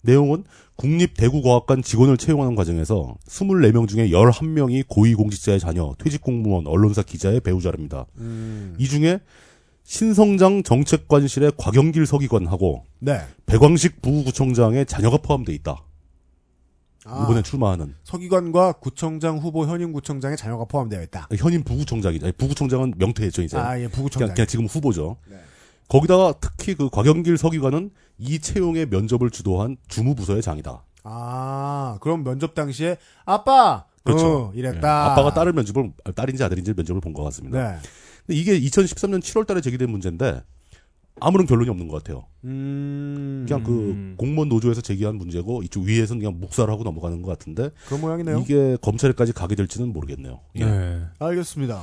내용은 국립대구과학관 직원을 채용하는 과정에서 24명 중에 11명이 고위공직자의 자녀, 퇴직공무원, 언론사 기자의 배우자랍니다.
음.
이 중에 신성장 정책관실의 곽영길 서기관하고
네.
배광식 부구청장의 자녀가 포함돼 있다.
아,
이번에 출마하는
서기관과 구청장 후보 현임 구청장의 자녀가 포함되어 있다.
현임 부구청장이죠. 아니, 부구청장은 명퇴했죠 이제.
아, 예,
그냥,
부구청장.
그냥 지금 후보죠.
네.
거기다가 특히 그 곽영길 서기관은 이채용의 면접을 주도한 주무부서의 장이다.
아, 그럼 면접 당시에 아빠,
그렇죠.
어,
예,
이랬다.
아빠가 딸을 면접을 아, 딸인지 아들인지 면접을 본 것 같습니다.
네.
근데 이게 2013년 7월달에 제기된 문제인데 아무런 결론이 없는 것 같아요.
음,
그냥
음.
그 공무원 노조에서 제기한 문제고 이쪽 위에서는 그냥 묵살하고 넘어가는 것 같은데
그런 모양이네요.
이게 검찰까지 가게 될지는 모르겠네요. 예.
네.
알겠습니다.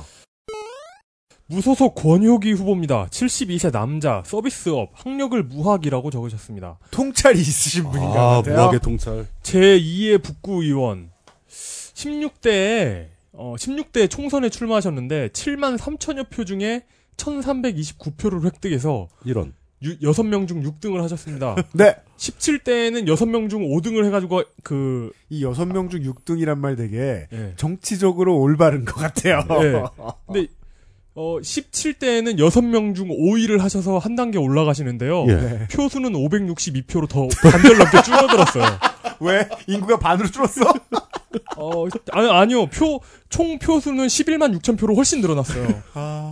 무소속 권효기 후보입니다. 72세 남자, 서비스업, 학력을 무학이라고 적으셨습니다.
통찰이 있으신 분인 것
아
같아요.
무학의 통찰.
제2의 북구의원. 16대, 어, 16대 총선에 출마하셨는데, 7만 3천여 표 중에 1329표를 획득해서,
이런.
6명 중 6등을 하셨습니다.
네.
17대에는 6명 중 5등을 해가지고, 그,
이 여섯 명 중 6등이란 말 되게
네.
예.
정치적으로 올바른 것 같아요.
예.
네. 근데, 어, 17대에는 6명 중 5위를 하셔서 한 단계 올라가시는데요.
예.
네.
표수는 562표로 더 반절 넘게 줄어들었어요.
왜? 인구가 반으로 줄었어?
어, 아니, 아니요. 표, 총 표수는 11만 6천 표로 훨씬 늘어났어요.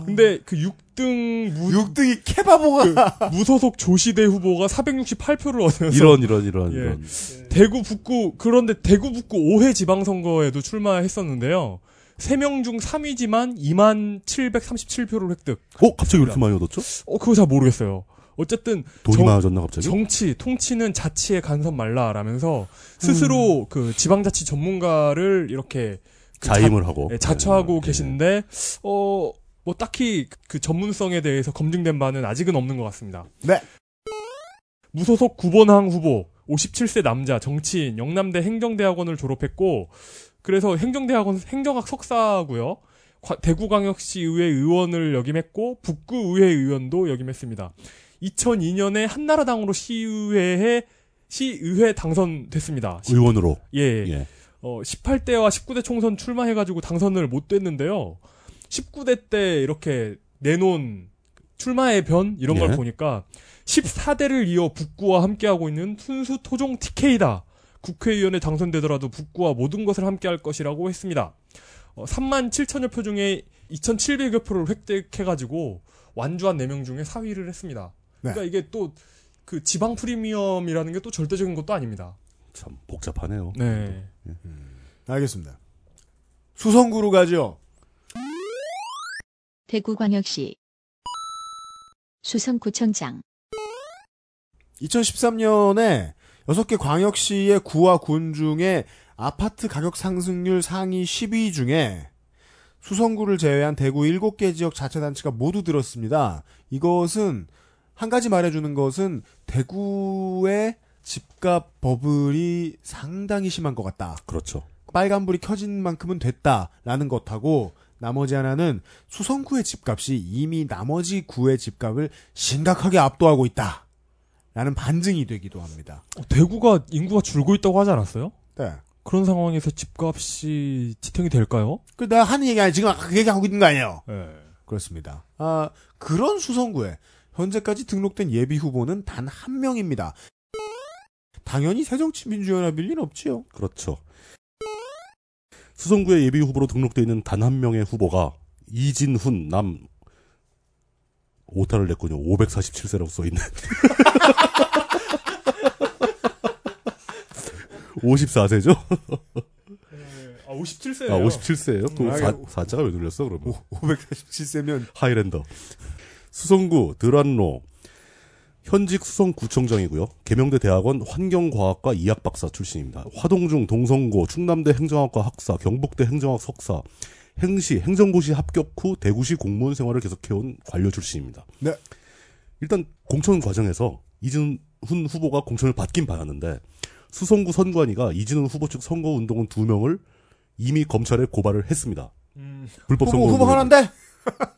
근데 그 6등 무,
6등이 음. 케바보가.
무소속 조시대 후보가 468표를 얻어서
이런 이런 이런
예.
이런.
대구 북구 그런데 대구 북구 5회 지방선거에도 출마했었는데요. 3명 중 3위지만 2만 737표를 획득.
어 갑자기 왜 이렇게 많이 얻었죠?
어 그거 잘 모르겠어요. 어쨌든
돈이
정-
많아졌나 갑자기?
정치 통치는 자치에 간섭 말라라면서 스스로 그 지방자치 전문가를 이렇게 그 자-
자임을 하고
예, 자처하고
예.
계신데 어 뭐 딱히 그 전문성에 대해서 검증된 바는 아직은 없는 것 같습니다.
네.
무소속 9번항 후보 57세 남자 정치인 영남대 행정대학원을 졸업했고 그래서 행정대학원 행정학 석사고요. 과- 대구광역시의회 의원을 역임했고 북구의회 의원도 역임했습니다. 2002년에 한나라당으로 시의회에 시의회 당선됐습니다. 시-
의원으로.
예, 예.
예.
어, 18대와 19대 총선 출마해가지고 당선을 못 됐는데요. 19대 때 이렇게 내놓은 출마의 변 이런 걸
예.
보니까 14대를 이어 북구와 함께하고 있는 순수 토종 TK다. 국회의원에 당선되더라도 북구와 모든 것을 함께할 것이라고 했습니다. 어, 3만 7천여 표 중에 2,700여 표를 획득해가지고 완주한 4명 중에 4위를 했습니다.
네.
그러니까 이게 또 그 지방 프리미엄이라는 게 또 절대적인 것도 아닙니다.
참 복잡하네요.
네.
알겠습니다. 수성구로 가죠.
대구광역시 수성구청장
2013년에 6개 광역시의 구와 군 중에 아파트 가격 상승률 상위 10위 중에 수성구를 제외한 대구 7개 지역 자체단체가 모두 들었습니다. 이것은 한 가지 말해주는 것은 대구의 집값 버블이 상당히 심한 것 같다.
그렇죠.
빨간불이 켜진 만큼은 됐다라는 것하고 나머지 하나는 수성구의 집값이 이미 나머지 구의 집값을 심각하게 압도하고 있다. 라는 반증이 되기도 합니다.
어, 대구가 인구가 줄고 있다고 하지 않았어요?
네.
그런 상황에서 집값이 지탱이 될까요?
그 나 하는 얘기 아니 지금 아까 그 얘기하고 있는 거 아니에요?
예.
그렇습니다. 아, 그런 수성구에 현재까지 등록된 예비 후보는 단 한 명입니다. 당연히 새정치민주연합일 리는 없지요.
그렇죠. 수성구의 예비 후보로 등록돼 있는 단 한 명의 후보가 이진훈 남 오타를 냈군요. 547세라고 써 있네. 54세죠?
아, 57세예요.
아, 57세예요?
음,
또 4, 자가왜 눌렸어, 그러면?
547세면
하이랜더. 수성구 드란로. 현직 수성구청장이고요. 계명대 대학원 환경과학과 이학박사 출신입니다. 화동중 동성고 충남대 행정학과 학사, 경북대 행정학 석사, 행시 행정고시 합격 후 대구시 공무원 생활을 계속해온 관료 출신입니다.
네.
일단 공천 과정에서 이진훈 후보가 공천을 받긴 받았는데 수성구 선관위가 이진훈 후보 측 선거 운동원 두 명을 이미 검찰에 고발을 했습니다.
음,
불법 선거
후보 후보
운동원.
하나인데?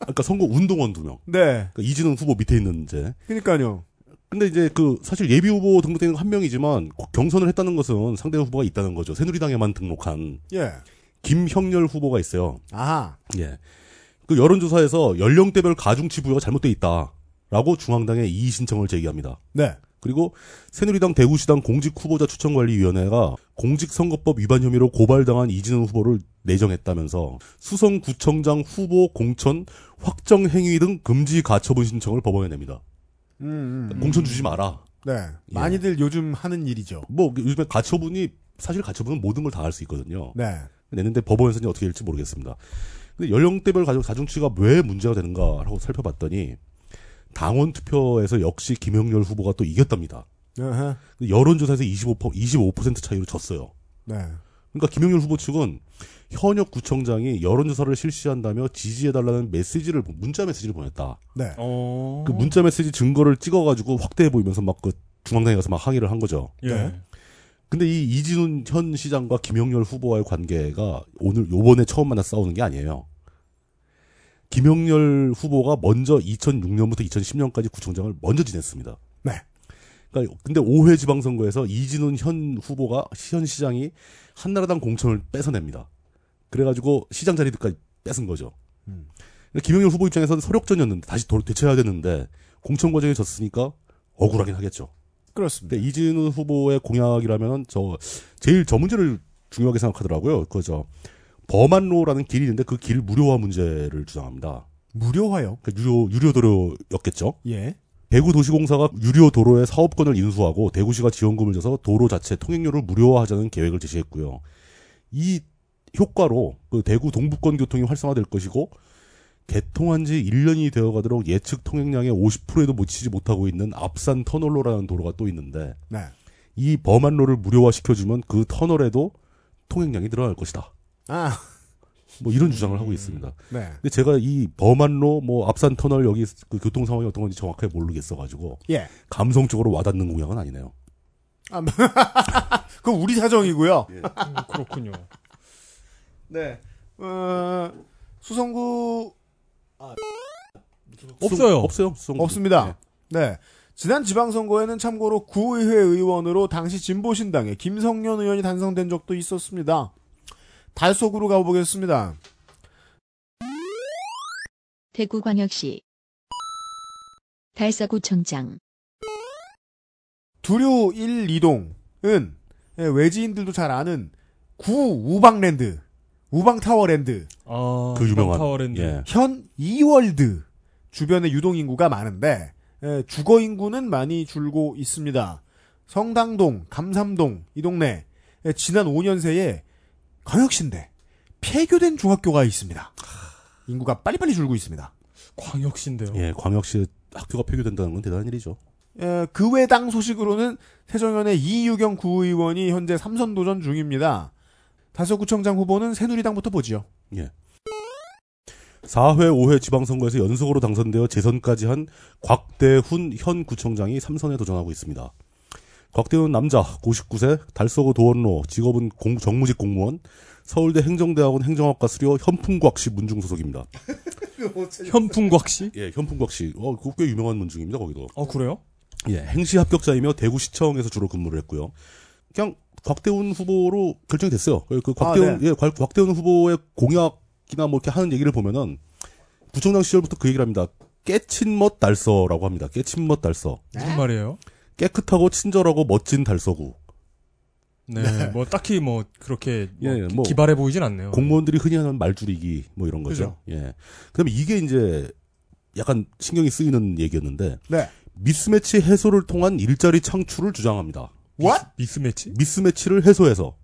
그러니까 선거 운동원 두 명.
네.
그러니까 이진웅 후보 밑에 있는 이제.
그니까요.
근데 이제 그 사실 예비 후보 등록된 한 명이지만 경선을 했다는 것은 상대 후보가 있다는 거죠. 새누리당에만 등록한
예.
김형렬 후보가 있어요.
아하.
예. 그 여론조사에서 연령대별 가중치 부여가 잘못돼 있다라고 중앙당에 이의 신청을 제기합니다.
네.
그리고 새누리당 대구시당 공직후보자 추천관리위원회가 공직선거법 위반 혐의로 고발당한 이진훈 후보를 내정했다면서 수성구청장 후보 공천 확정 행위 등 금지 가처분 신청을 법원에 냅니다.
음, 음.
공천 주지 마라.
네. 많이들 요즘 하는 일이죠.
뭐 요즘에 가처분이 사실 가처분은 모든 걸 다 할 수 있거든요.
네.
냈는데 법원에서는 어떻게 될지 모르겠습니다. 근데 연령대별 가족 자중치가 왜 문제가 되는가라고 살펴봤더니 당원 투표에서 역시 김영렬 후보가 또 이겼답니다.
어허.
근데 여론조사에서 25% 25% 차이로 졌어요.
네.
그러니까 김영률 후보 측은 현역 구청장이 여론조사를 실시한다며 지지해달라는 메시지를 보- 문자 메시지를 보냈다.
네.
어.
그 문자 메시지 증거를 찍어가지고 확대해 보이면서 막 그 중앙당에 가서 막 항의를 한 거죠.
예.
네.
근데 이 이진훈 현 시장과 김영렬 후보와의 관계가 오늘 요번에 처음 만나 싸우는 게 아니에요. 김영렬 후보가 먼저 2006년부터 2010년까지 구청장을 먼저 지냈습니다.
네.
그러니까 근데 5회 지방선거에서 이진훈 현 후보가 현 시장이 한나라당 공천을 뺏어냅니다. 그래가지고 시장 자리까지 뺏은 거죠.
음.
근데 김영렬 후보 입장에서는 소력전이었는데 다시 도- 되쳐야 되는데 공천 과정에 졌으니까 억울하긴 하겠죠.
그렇습니다.
근데 네, 이진우 후보의 공약이라면 저 제일 저 문제를 중요하게 생각하더라고요. 그저 범안로라는 길이 있는데 그 길 무료화 문제를 주장합니다.
무료화요.
그 유료 유료 도로였겠죠.
예.
대구 도시공사가 유료 도로의 사업권을 인수하고 대구시가 지원금을 줘서 도로 자체 통행료를 무료화하자는 계획을 제시했고요. 이 효과로 그 대구 동북권 교통이 활성화될 것이고 개통한 지 1년이 되어가도록 예측 통행량의 50%에도 못 치지 못하고 있는 앞산 터널로라는 도로가 또 있는데
네.
이 범안로를 무료화시켜주면 그 터널에도 통행량이 늘어날 것이다.
아.
뭐
음.
이런 주장을 하고 있습니다.
네.
근데 제가 이 범안로, 뭐 앞산 터널 여기 그 교통 상황이 어떤 건지 정확하게 모르겠어가지고
예.
감성적으로 와닿는 공약은 아니네요.
그건 우리 사정이고요.
예.
음, 그렇군요.
네. 어, 수성구
없어요.
수- 없어요. 수성-
없습니다.
예.
네. 지난 지방선거에는 참고로 구의회 의원으로 당시 진보신당의 김성년 의원이 당선된 적도 있었습니다. 달속으로 가보겠습니다.
대구광역시 달서구청장
두류 1, 2동은 예, 외지인들도 잘 아는 구 우방랜드, 우방타워랜드,
아,
그 유명한
타워랜드.
예.
현 이월드 주변의 유동 인구가 많은데 예, 주거 인구는 많이 줄고 있습니다. 성당동, 감삼동 이 동네 예, 지난 5년 새에 광역시인데 폐교된 중학교가 있습니다. 인구가 빨리빨리 줄고 있습니다.
광역시인데요.
예, 광역시 학교가 폐교된다는 건 대단한 일이죠.
예, 그 외 당 소식으로는 세정연의 이유경 구의원이 현재 삼선 도전 중입니다. 다서구청장 후보는 새누리당부터 보지요.
예. 4회, 5회 지방선거에서 연속으로 당선되어 재선까지 한 곽대훈 현 구청장이 3선에 도전하고 있습니다. 곽대훈 남자, 59세, 달서구 도원로, 직업은 공- 정무직 공무원, 서울대 행정대학원 행정학과 수료 현풍곽시 문중 소속입니다.
현풍곽시?
예, 현풍곽시. 어, 그거 꽤 유명한 문중입니다, 거기도.
어, 그래요?
예, 행시 합격자이며 대구시청에서 주로 근무를 했고요. 그냥 곽대훈 후보로 결정이 됐어요. 그- 그 곽대훈,
아, 네.
예, 곽- 곽대훈 후보의 공약이나 뭐 이렇게 하는 얘기를 보면은 구청장 시절부터 그 얘기를 합니다. 깨친 멋 달서라고 합니다. 깨친 멋 달서.
무슨 말이에요?
깨끗하고 친절하고 멋진 달서구.
네, 뭐 딱히 뭐 그렇게 뭐
예,
기-
뭐
기발해 보이진 않네요.
공무원들이 흔히 하는 말줄이기 뭐 이런 거죠. 예. 그다음에 이게 이제 약간 신경이 쓰이는 얘기였는데
네.
미스매치 해소를 통한 일자리 창출을 주장합니다.
What?
미스매치?
미스매치를 해소해서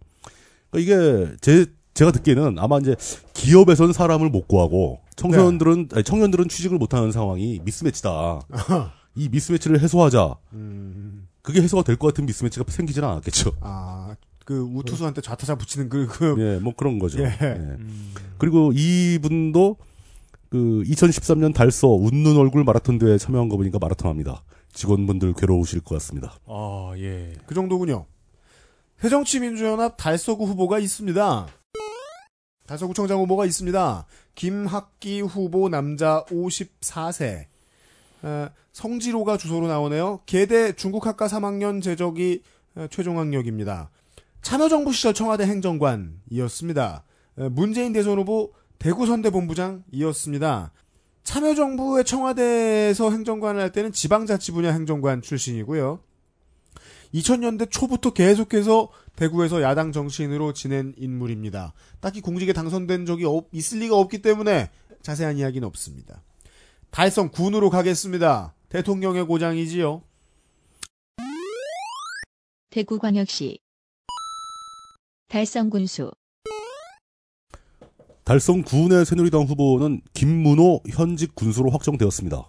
그러니까 이게 제 제가 듣기에는 아마 이제 기업에선 사람을 못 구하고 청소년들은 아니, 청년들은 취직을 못하는 상황이 미스매치다. 이 미스매치를 해소하자. 그게 해소가 될 것 같은 미스매치가 생기지는 않았겠죠.
아, 그 우투수한테 좌타자 붙이는 그, 그
예, 뭐 그런 거죠.
예.
예. 그리고 이분도 그 2013년 달서 웃는 얼굴 마라톤 대회에 참여한 거 보니까 마라톤 합니다. 직원분들 괴로우실 것 같습니다.
아, 예.
그 정도군요. 새정치민주연합 달서구 후보가 있습니다. 달서구청장 후보가 있습니다. 김학기 후보 남자 54세. 어, 성지로가 주소로 나오네요. 계대 중국학과 3학년 재적이 에, 최종 학력입니다. 참여정부 시절 청와대 행정관이었습니다. 에, 문재인 대선 후보 대구선대본부장이었습니다. 참여정부의 청와대에서 행정관을 할 때는 지방자치 분야 행정관 출신이고요. 2000년대 초부터 계속해서 대구에서 야당 정치인으로 지낸 인물입니다. 딱히 공직에 당선된 적이 없- 있을 리가 없기 때문에 자세한 이야기는 없습니다. 달성 군으로 가겠습니다. 대통령의 고장이지요.
대구광역시 달성군수
달성군의 새누리당 후보는 김문호 현직 군수로 확정되었습니다.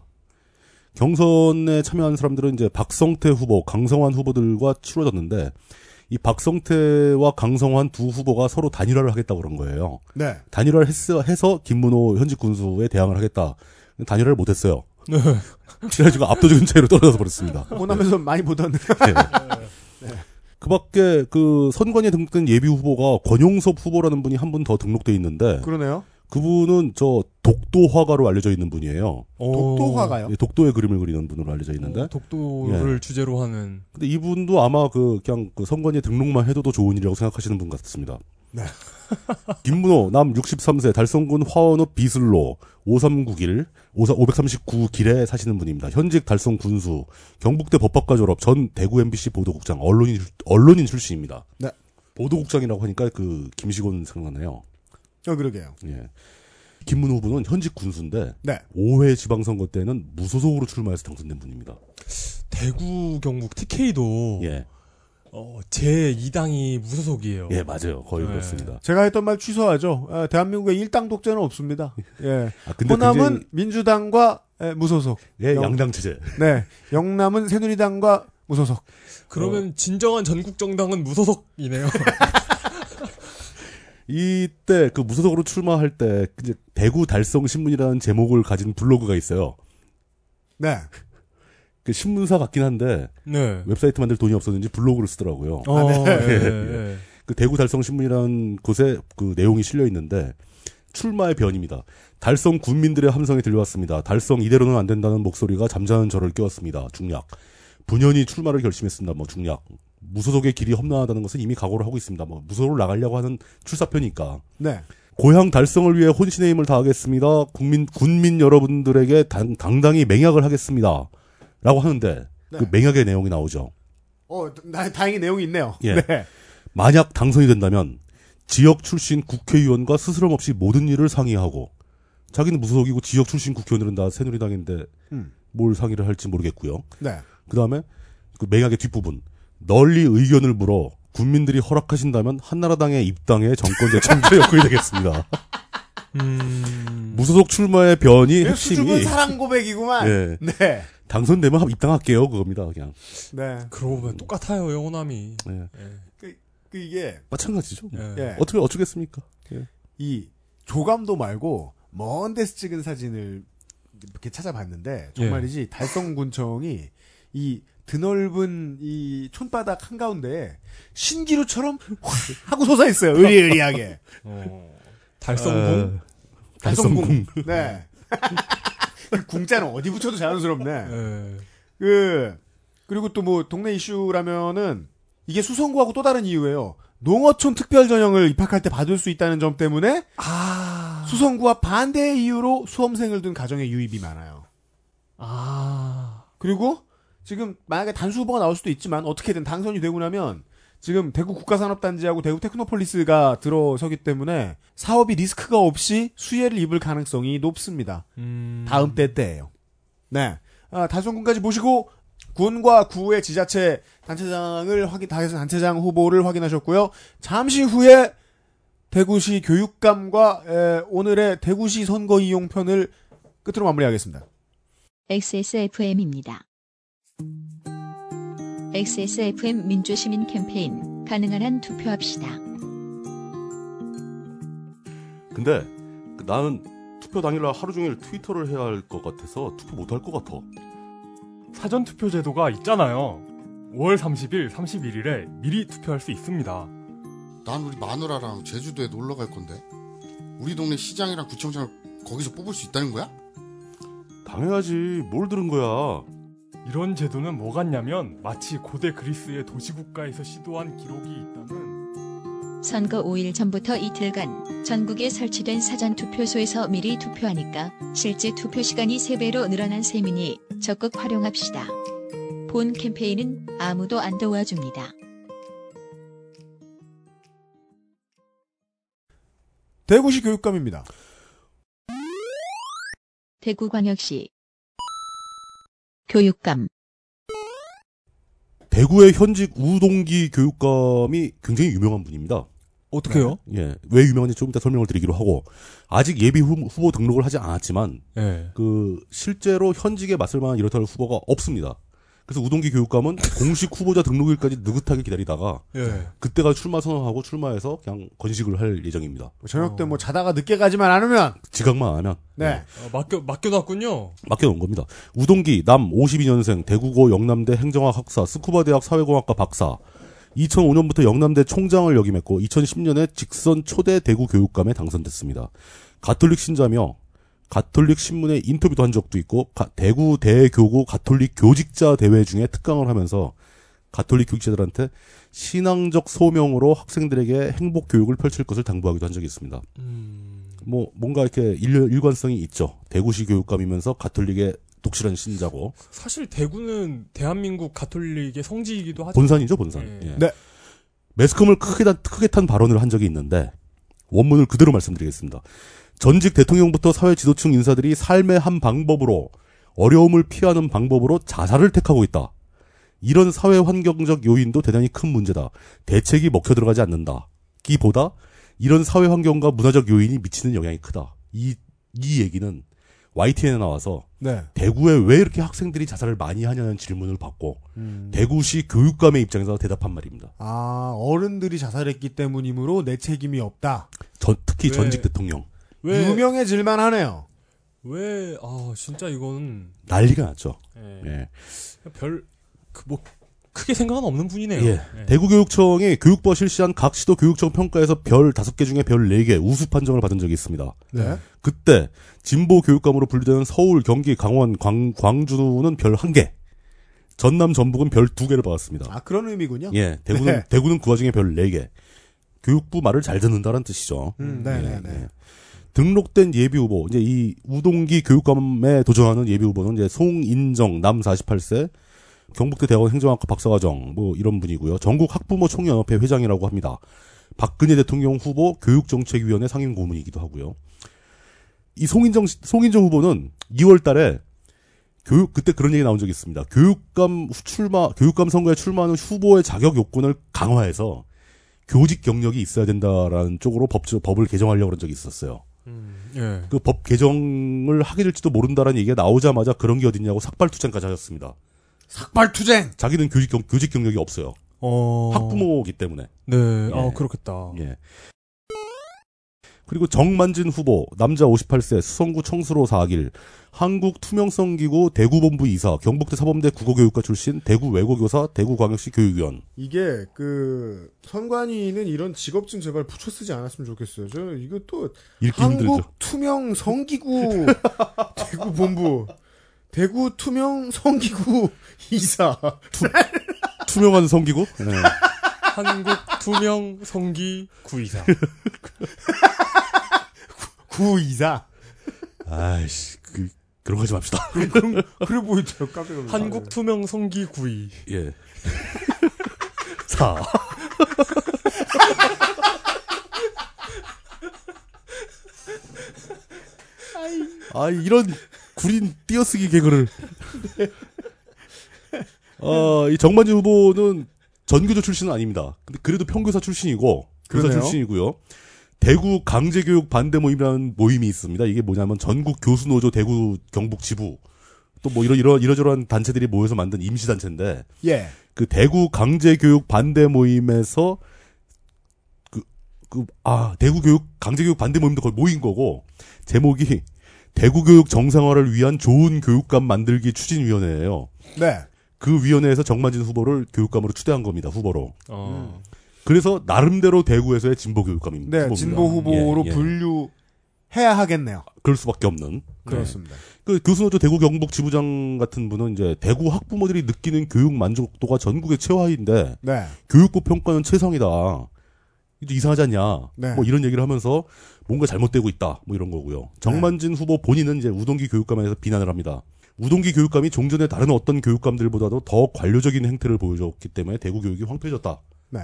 경선에 참여한 사람들은 이제 박성태 후보, 강성환 후보들과 치러졌는데 이 박성태와 강성환 두 후보가 서로 단일화를 하겠다고 그런 거예요.
네.
단일화를 했어, 해서 김문호 현직 군수에 대항을 하겠다. 단일화를 못했어요. 그래가지고 압도적인 차이로 떨어져서 버렸습니다.
호남에서 많이 보던
그 밖에 그 선관위에 등록된 예비 후보가 권용섭 후보라는 분이 한 분 더 등록돼 있는데
그러네요.
그분은 저 독도 화가로 알려져 있는 분이에요.
독도화가요.
예, 독도의 그림을 그리는 분으로 알려져 있는데
어.
예.
독도를 주제로 하는
근데 이분도 아마 그 그냥 그 선관위 등록만 해도도 좋은 일이라고 생각하시는 분 같습니다.
네.
김문호 남 63세 달성군 화원읍 비슬로 5391 539길에 사시는 분입니다. 현직 달성 군수 경북대 법학과 졸업 전 대구 MBC 보도국장 언론인 출- 언론인 출신입니다.
네.
보도국장이라고 하니까 그 김시곤 생각나네요.
어, 그러게요.
예. 김문호 후보는 현직 군수인데
네.
5회 지방선거 때는 무소속으로 출마해서 당선된 분입니다.
대구 경북 TK도
예,
어, 제 2당이 무소속이에요.
예 맞아요, 거의
네.
그렇습니다.
제가 했던 말 취소하죠. 아, 대한민국에 일당 독재는 없습니다. 예.
아, 근데
호남은
굉장히-
민주당과 예, 무소속.
예,
영-
양당 체제.
네. 영남은 새누리당과 무소속.
그러면 진정한 전국 정당은 무소속이네요.
이때 그 무소속으로 출마할 때 이제 대구 달성 신문이라는 제목을 가진 블로그가 있어요.
네.
그 신문사 같긴 한데
네.
웹사이트 만들 돈이 없었는지 블로그를 쓰더라고요.
어, 예,
예.
예.
그 대구 달성 신문이라는 곳에 그 내용이 실려 있는데 출마의 변입니다. 달성 군민들의 함성이 들려왔습니다. 달성 이대로는 안 된다는 목소리가 잠자는 저를 깨웠습니다. 중략. 분연히 출마를 결심했습니다. 뭐 중략. 무소속의 길이 험난하다는 것은 이미 각오를 하고 있습니다. 뭐 무소속으로 나가려고 하는 출사표니까.
네.
고향 달성을 위해 혼신의 힘을 다하겠습니다. 국민 군민 여러분들에게 당, 당히 맹약을 하겠습니다. 라고 하는데
네.
그 맹약의 내용이 나오죠.
어, 나, 다행히 내용이 있네요.
예.
네.
만약 당선이 된다면 지역 출신 국회의원과 스스럼 없이 모든 일을 상의하고 자기는 무소속이고 지역 출신 국회의원들은 다 새누리당인데
음.
뭘 상의를 할지 모르겠고요.
네.
그다음에 그 맹약의 뒷부분 널리 의견을 물어 국민들이 허락하신다면 한나라당의 입당에 정권 재창조 역할이 되겠습니다.
음.
무소속 출마의 변이
네,
핵심이
수줍은 사랑 고백이구만.
예.
네.
당선되면 합- 입당할게요 그겁니다 그냥
네.
그러고 보면 똑같아요, 영호남이.
예.
그 이게
마찬가지죠 뭐.
예.
예.
어떻게 어쩌겠습니까 예.
이 조감도 말고 먼 데서 찍은 사진을 이렇게 찾아봤는데
예.
정말이지 달성군청이 이 드넓은 이 촌바닥 한가운데에 신기루처럼 확 하고 솟아 있어요. 의리의리하게.
어.
뭐?
달성군.
달성궁
네. 그 궁자는 어디 붙여도 자연스럽네.
예.
그 그리고 또 뭐 동네 이슈라면은 이게 수성구하고 또 다른 이유예요. 농어촌 특별 전형을 입학할 때 받을 수 있다는 점 때문에
아.
수성구와 반대의 이유로 수험생을 둔 가정의 유입이 많아요.
아.
그리고 지금 만약에 단수 후보가 나올 수도 있지만 어떻게든 당선이 되고 나면 지금 대구 국가산업단지하고 대구 테크노폴리스가 들어서기 때문에 사업이 리스크가 없이 수혜를 입을 가능성이 높습니다.
음.
다음 때 때예요. 네. 아, 단순군까지 모시고 군과 구의 지자체 단체장을 확인 다해서 단체장 후보를 확인하셨고요. 잠시 후에 대구시 교육감과 에, 오늘의 대구시 선거 이용편을 끝으로 마무리하겠습니다.
XSFM입니다. XSFM 민주시민 캠페인 가능한 한 투표합시다.
근데 그 나는 투표 당일날 하루 종일 트위터를 해야 할 것 같아서 투표 못 할 것 같아
사전 투표 제도가 있잖아요. 5월 30일, 31일에 미리 투표할 수 있습니다.
난 우리 마누라랑 제주도에 놀러 갈 건데 우리 동네 시장이랑 구청장을 거기서 뽑을 수 있다는 거야?
당해야지 뭘 들은 거야
이런 제도는 뭐 같냐면 마치 고대 그리스의 도시국가에서 시도한 기록이 있다는
선거 5일 전부터 이틀간 전국에 설치된 사전 투표소에서 미리 투표하니까 실제 투표 시간이 3배로 늘어난 셈이니 적극 활용합시다. 본 캠페인은 아무도 안 도와줍니다.
대구시 교육감입니다.
대구광역시 교육감,
대구의 현직 우동기 교육감이 굉장히 유명한 분입니다.
어떻게요?
예, 왜 유명한지 좀 이따 설명을 드리기로 하고 아직 예비 후- 후보 등록을 하지 않았지만
예.
네.
그 실제로 현직에 맞설 만한 이렇다 할 후보가 없습니다. 그래서 우동기 교육감은 공식 후보자 등록일까지 느긋하게 기다리다가
네.
예.
그때가 출마 선언하고 출마해서 그냥 건식을 할 예정입니다.
저녁 때 뭐 자다가 늦게 가지만 않으면
지각만 안 한.
네.
어, 맡겨 맡겨놨군요.
맡겨놓은 겁니다. 우동기 남 52년생 대구고 영남대 행정학 학사 스쿠바 대학 사회공학과 박사 2005년부터 영남대 총장을 역임했고 2010년에 직선 초대 대구 교육감에 당선됐습니다. 가톨릭 신자며 가톨릭 신문에 인터뷰도 한 적도 있고 가- 대구 대교구 가톨릭 교직자 대회 중에 특강을 하면서 가톨릭 교육자들한테 신앙적 소명으로 학생들에게 행복 교육을 펼칠 것을 당부하기도 한 적이 있습니다. 뭐 뭔가 이렇게 일, 일관성이 있죠. 대구시 교육감이면서 가톨릭의 독실한 신자고
사실 대구는 대한민국 가톨릭의 성지이기도 하죠.
본산이죠 본산.
예.
예.
네.
매스컴을 크게 탄, 크게 탄 발언을 한 적이 있는데 원문을 그대로 말씀드리겠습니다. 전직 대통령부터 사회 지도층 인사들이 삶의 한 방법으로 어려움을 피하는 방법으로 자살을 택하고 있다. 이런 사회 환경적 요인도 대단히 큰 문제다. 대책이 먹혀 들어가지 않는다. 기보다 이런 사회 환경과 문화적 요인이 미치는 영향이 크다. 이, 이 얘기는 YTN에 나와서
네.
대구에 왜 이렇게 학생들이 자살을 많이 하냐는 질문을 받고
음.
대구시 교육감의 입장에서 대답한 말입니다.
아, 어른들이 자살했기 때문이므로 내 책임이 없다.
전- 특히
왜-
전직 대통령
왜
유명해질만 하네요.
왜, 아, 진짜 이거는,
난리가 났죠.
예,
예.
별, 그, 뭐, 크게 생각은 없는 분이네요.
예. 대구교육청이 교육부가 실시한 각 시도 교육청 평가에서 별 5개 중에 별 4개 우수 판정을 받은 적이 있습니다.
네.
그때 진보 교육감으로 분류되는 서울, 경기, 강원, 광, 광주는 별 1개, 전남, 전북은 별 2개를 받았습니다.
아, 그런 의미군요.
예, 대구는
네.
대구는 그 와중에 별 4개. 교육부 말을 잘 듣는다는 뜻이죠.
음, 네, 네, 네.
등록된 예비 후보 이제 이 우동기 교육감에 도전하는 예비 후보는 이제 송인정 남 48세 경북대 대학원 행정학과 박사과정 뭐 이런 분이고요. 전국 학부모 총연합회 회장이라고 합니다. 박근혜 대통령 후보 교육정책위원회 상임 고문이기도 하고요. 이 송인정 씨- 송인정 후보는 2월달에 교육 그때 그런 얘기 나온 적이 있습니다. 교육감 후- 출마 교육감 선거에 출마하는 후보의 자격 요건을 강화해서 교직 경력이 있어야 된다라는 쪽으로 법 법을 개정하려고 그런 적이 있었어요.
예.
그 법 개정을 하게 될지도 모른다라는 얘기가 나오자마자 그런 게 어딨냐고 삭발 투쟁까지 하셨습니다.
삭발 투쟁.
자기는 교직, 경, 교직 경력이 없어요.
어.
학부모기 때문에.
네, 아,
예.
그렇겠다.
예. 그리고 정만진 후보, 남자 58세, 수성구 청수로 4길, 한국투명성기구 대구본부 이사, 경북대 사범대 국어교육과 출신, 대구 외고교사, 대구광역시 교육위원.
이게 그 선관위는 이런 직업증 제발 붙여 쓰지 않았으면 좋겠어요. 저는 이거 또
읽기 힘들죠.
한국 투명 성기구 대구 본부 대구 투명 성기구 이사
투명한 성기구? 네.
한국 투명 성기 구이사.
구 이사
아이씨, 그, 그런 거 하지 맙시다.
그래 보이죠 깜짝 놀랐어요.
한국 투명 성기 구이.
예. 사. 아 이런 구린 띄어쓰기 개그를. 어이 정만진 후보는 전교조 출신은 아닙니다. 근데 그래도 평교사 출신이고 교사
그러네요.
출신이고요. 대구 강제교육 반대 모임이라는 모임이 있습니다. 이게 뭐냐면 전국 교수노조 대구 경북 지부 또 뭐 이런 이런 이러저러한 단체들이 모여서 만든 임시 단체인데
예
그 대구 강제 교육 반대 모임에서 그 그 아 대구 교육 강제 교육 반대 모임도 거의 모인 거고 제목이 대구 교육 정상화를 위한 좋은 교육감 만들기 추진 위원회예요.
네.
그 위원회에서 정만진 후보를 교육감으로 추대한 겁니다. 후보로.
어.
그래서 나름대로 대구에서의 진보 교육감입니다.
네,
후보입니다.
진보 후보로
예, 예.
분류해야 하겠네요.
그럴 수밖에 없는
네. 그렇습니다.
그 교수노조 대구 경북 지부장 같은 분은 이제 대구 학부모들이 느끼는 교육 만족도가 전국의 최하인데
네.
교육부 평가는 최상이다. 이거 이상하지 않냐.
네.
뭐 이런 얘기를 하면서 뭔가 잘못되고 있다. 뭐 이런 거고요. 정만진
네.
후보 본인은 이제 우동기 교육감에서 비난을 합니다. 우동기 교육감이 종전에 다른 어떤 교육감들보다도 더 관료적인 행태를 보여줬기 때문에 대구 교육이 황폐해졌다.
네.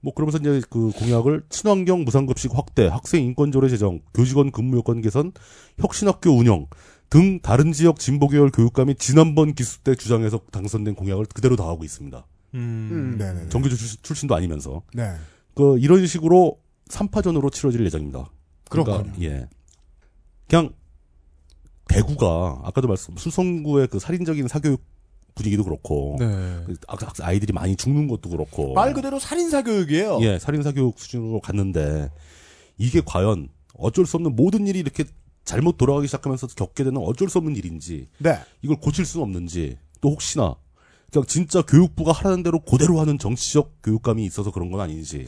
뭐 그러면서 이제 그 공약을 친환경 무상급식 확대, 학생 인권 조례 제정, 교직원 근무 여건 개선, 혁신학교 운영, 등 다른 지역 진보계열 교육감이 지난번 기수 때 주장해서 당선된 공약을 그대로 다 하고 있습니다.
음, 네네.
정규조 출신- 출신도 아니면서
네.
그 이런 식으로 3파전으로 치러질 예정입니다.
그렇군요.
그러니까, 예. 그냥 대구가 아까도 말씀 수성구의 그 살인적인 사교육 분위기도 그렇고
네.
그 아- 아- 아이들이 많이 죽는 것도 그렇고
말 그대로 살인사 교육이에요.
예 살인 사교육 수준으로 갔는데 이게 과연 어쩔 수 없는 모든 일이 이렇게 잘못 돌아가기 시작하면서 겪게 되는 어쩔 수 없는 일인지
네.
이걸 고칠 수는 없는지 또 혹시나 그냥 진짜 교육부가 하라는 대로 그대로 하는 정치적 교육감이 있어서 그런 건 아닌지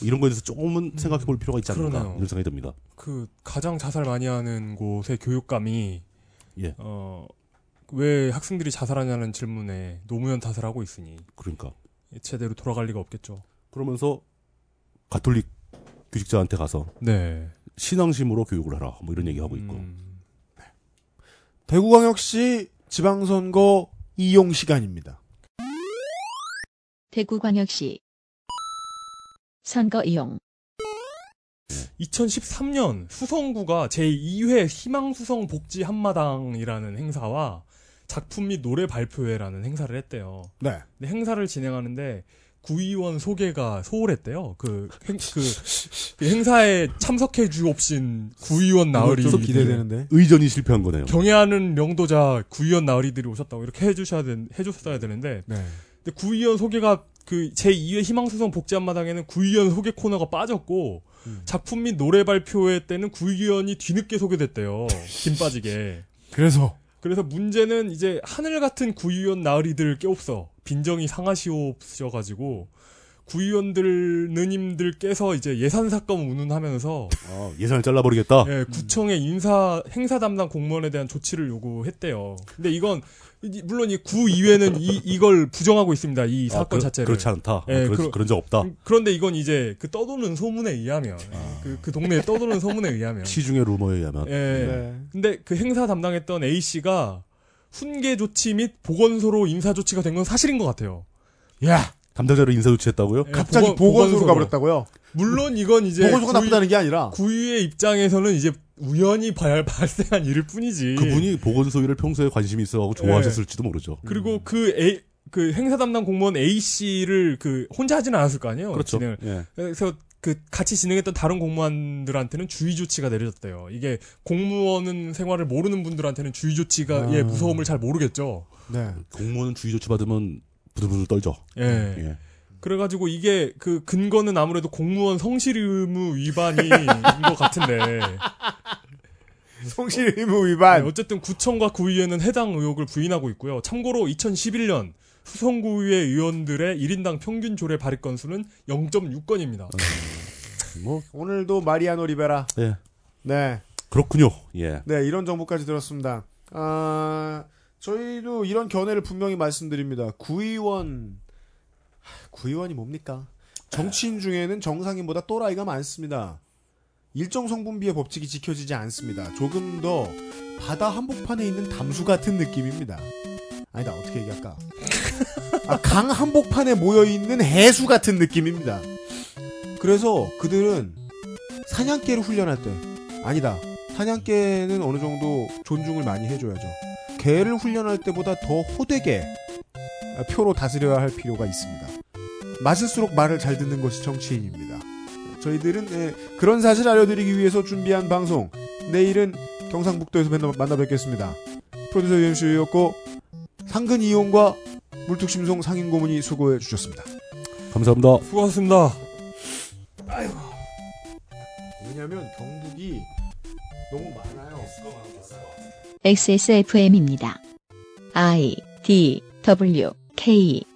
뭐 이런 거에 대해서 조금은 생각해 볼 필요가 있지 않을까
음, 그러네요.
이런 생각이 듭니다.
그 가장 자살 많이 하는 곳의 교육감이
예.
어, 왜 학생들이 자살하냐는 질문에 노무현 탓을 하고 있으니
그러니까
제대로 돌아갈 리가 없겠죠.
그러면서 가톨릭 교직자한테 가서
네.
신앙심으로 교육을 해라 뭐 이런 얘기하고 있고
음,
대구광역시 지방선거 이용 시간입니다.
대구광역시 선거 이용
2013년 수성구가 제2회 희망수성 복지 한마당이라는 행사와 작품 및 노래 발표회라는 행사를 했대요.
네.
근데 행사를 진행하는데 구의원 소개가 소홀했대요. 그, 행, 그, 그 행사에 참석해 주옵신 구의원 나으리
좀 기대되는데.
의전이 실패한 거네요.
경애하는 명도자 구의원 나으리들이 오셨다고 이렇게 해주셔야 된, 해줬어야 되는데
네.
근데 구의원 소개가 그 제2회 희망수성 복지한마당에는 구의원 소개 코너가 빠졌고
음.
작품 및 노래 발표회 때는 구의원이 뒤늦게 소개됐대요. 김 빠지게.
그래서
그래서 문제는 이제 하늘 같은 구의원 나으리들 깨옵서 빈정이 상하시옵셔가지고 구의원들 느님들께서 이제 예산 사건 운운하면서
아, 예산을 잘라버리겠다.
예, 구청의 인사 행사 담당 공무원에 대한 조치를 요구했대요. 근데 이건 이- 물론 이 구의회는 이 이걸 부정하고 있습니다. 이
아,
사건
그,
자체를.
그렇지 않다.
예,
아,
그러-
그런, 그런 적 없다.
음, 그런데 이건 이제 그 떠도는 소문에 의하면 그, 그 동네에 떠도는 소문에 의하면
시중의 루머에 의하면
예. 근데 그 행사 담당했던 A 씨가 훈계 조치 및 보건소로 인사 조치가 된 건 사실인 것 같아요.
야
담당자로 인사 조치했다고요?
예,
갑자기 네, 보건, 소로 가버렸다고요.
물론 이건 이제
보건소가
구의-
나쁘다는 게 아니라
구의회 입장에서는 이제 우연히 발, 발생한 일일 뿐이지.
그분이 보건소 일을 평소에 관심이 있어하고 좋아하셨을지도 모르죠.
그리고 그 A 그 행사 담당 공무원 A 씨를 그 혼자 하진 않았을 거 아니에요.
그렇죠.
진행을.
예.
그래서 그 같이 진행했던 다른 공무원들한테는 주의 조치가 내려졌대요. 이게 공무원은 생활을 모르는 분들한테는 주의 조치가
아.
예 무서움을 잘 모르겠죠.
네.
공무원은 주의 조치 받으면 부들부들 떨죠.
예.
예.
그래가지고 이게 그 근거는 아무래도 공무원 성실 의무 위반인 것 같은데
성실 의무
네,
위반.
어쨌든 구청과 구의회는 해당 의혹을 부인하고 있고요. 참고로 2011년 수성구의회 의원들의 1인당 평균 조례 발의 건수는 0.6건입니다.
뭐
오늘도 마리아노 리베라.
예.
네.
그렇군요. 예.
네, 이런 정보까지 들었습니다. 아, 저희도 이런 견해를 분명히 말씀드립니다. 구의원, 하, 구의원이 뭡니까? 정치인 중에는 정상인보다 또라이가 많습니다. 일정 성분비의 법칙이 지켜지지 않습니다. 조금 더 바다 한복판에 있는 담수 같은 느낌입니다. 아니다, 어떻게 얘기할까? 아, 강 한복판에 모여있는 해수 같은 느낌입니다. 그래서 그들은 사냥개를 훈련할 때, 아니다, 사냥개는 어느 정도 존중을 많이 해줘야죠. 개를 훈련할 때보다 더 호되게 아, 표로 다스려야 할 필요가 있습니다. 맞을수록 말을 잘 듣는 것이 정치인입니다. 저희들은 예, 그런 사실 알려드리기 위해서 준비한 방송. 내일은 경상북도에서 만나, 만나 뵙겠습니다. 프로듀서 유현수였고 상근 이용과 물뚝심송 상인 고문이 수고해 주셨습니다.
감사합니다.
수고하셨습니다.
왜냐하면 경북이 너무 많아요.
XSFM입니다. I D W K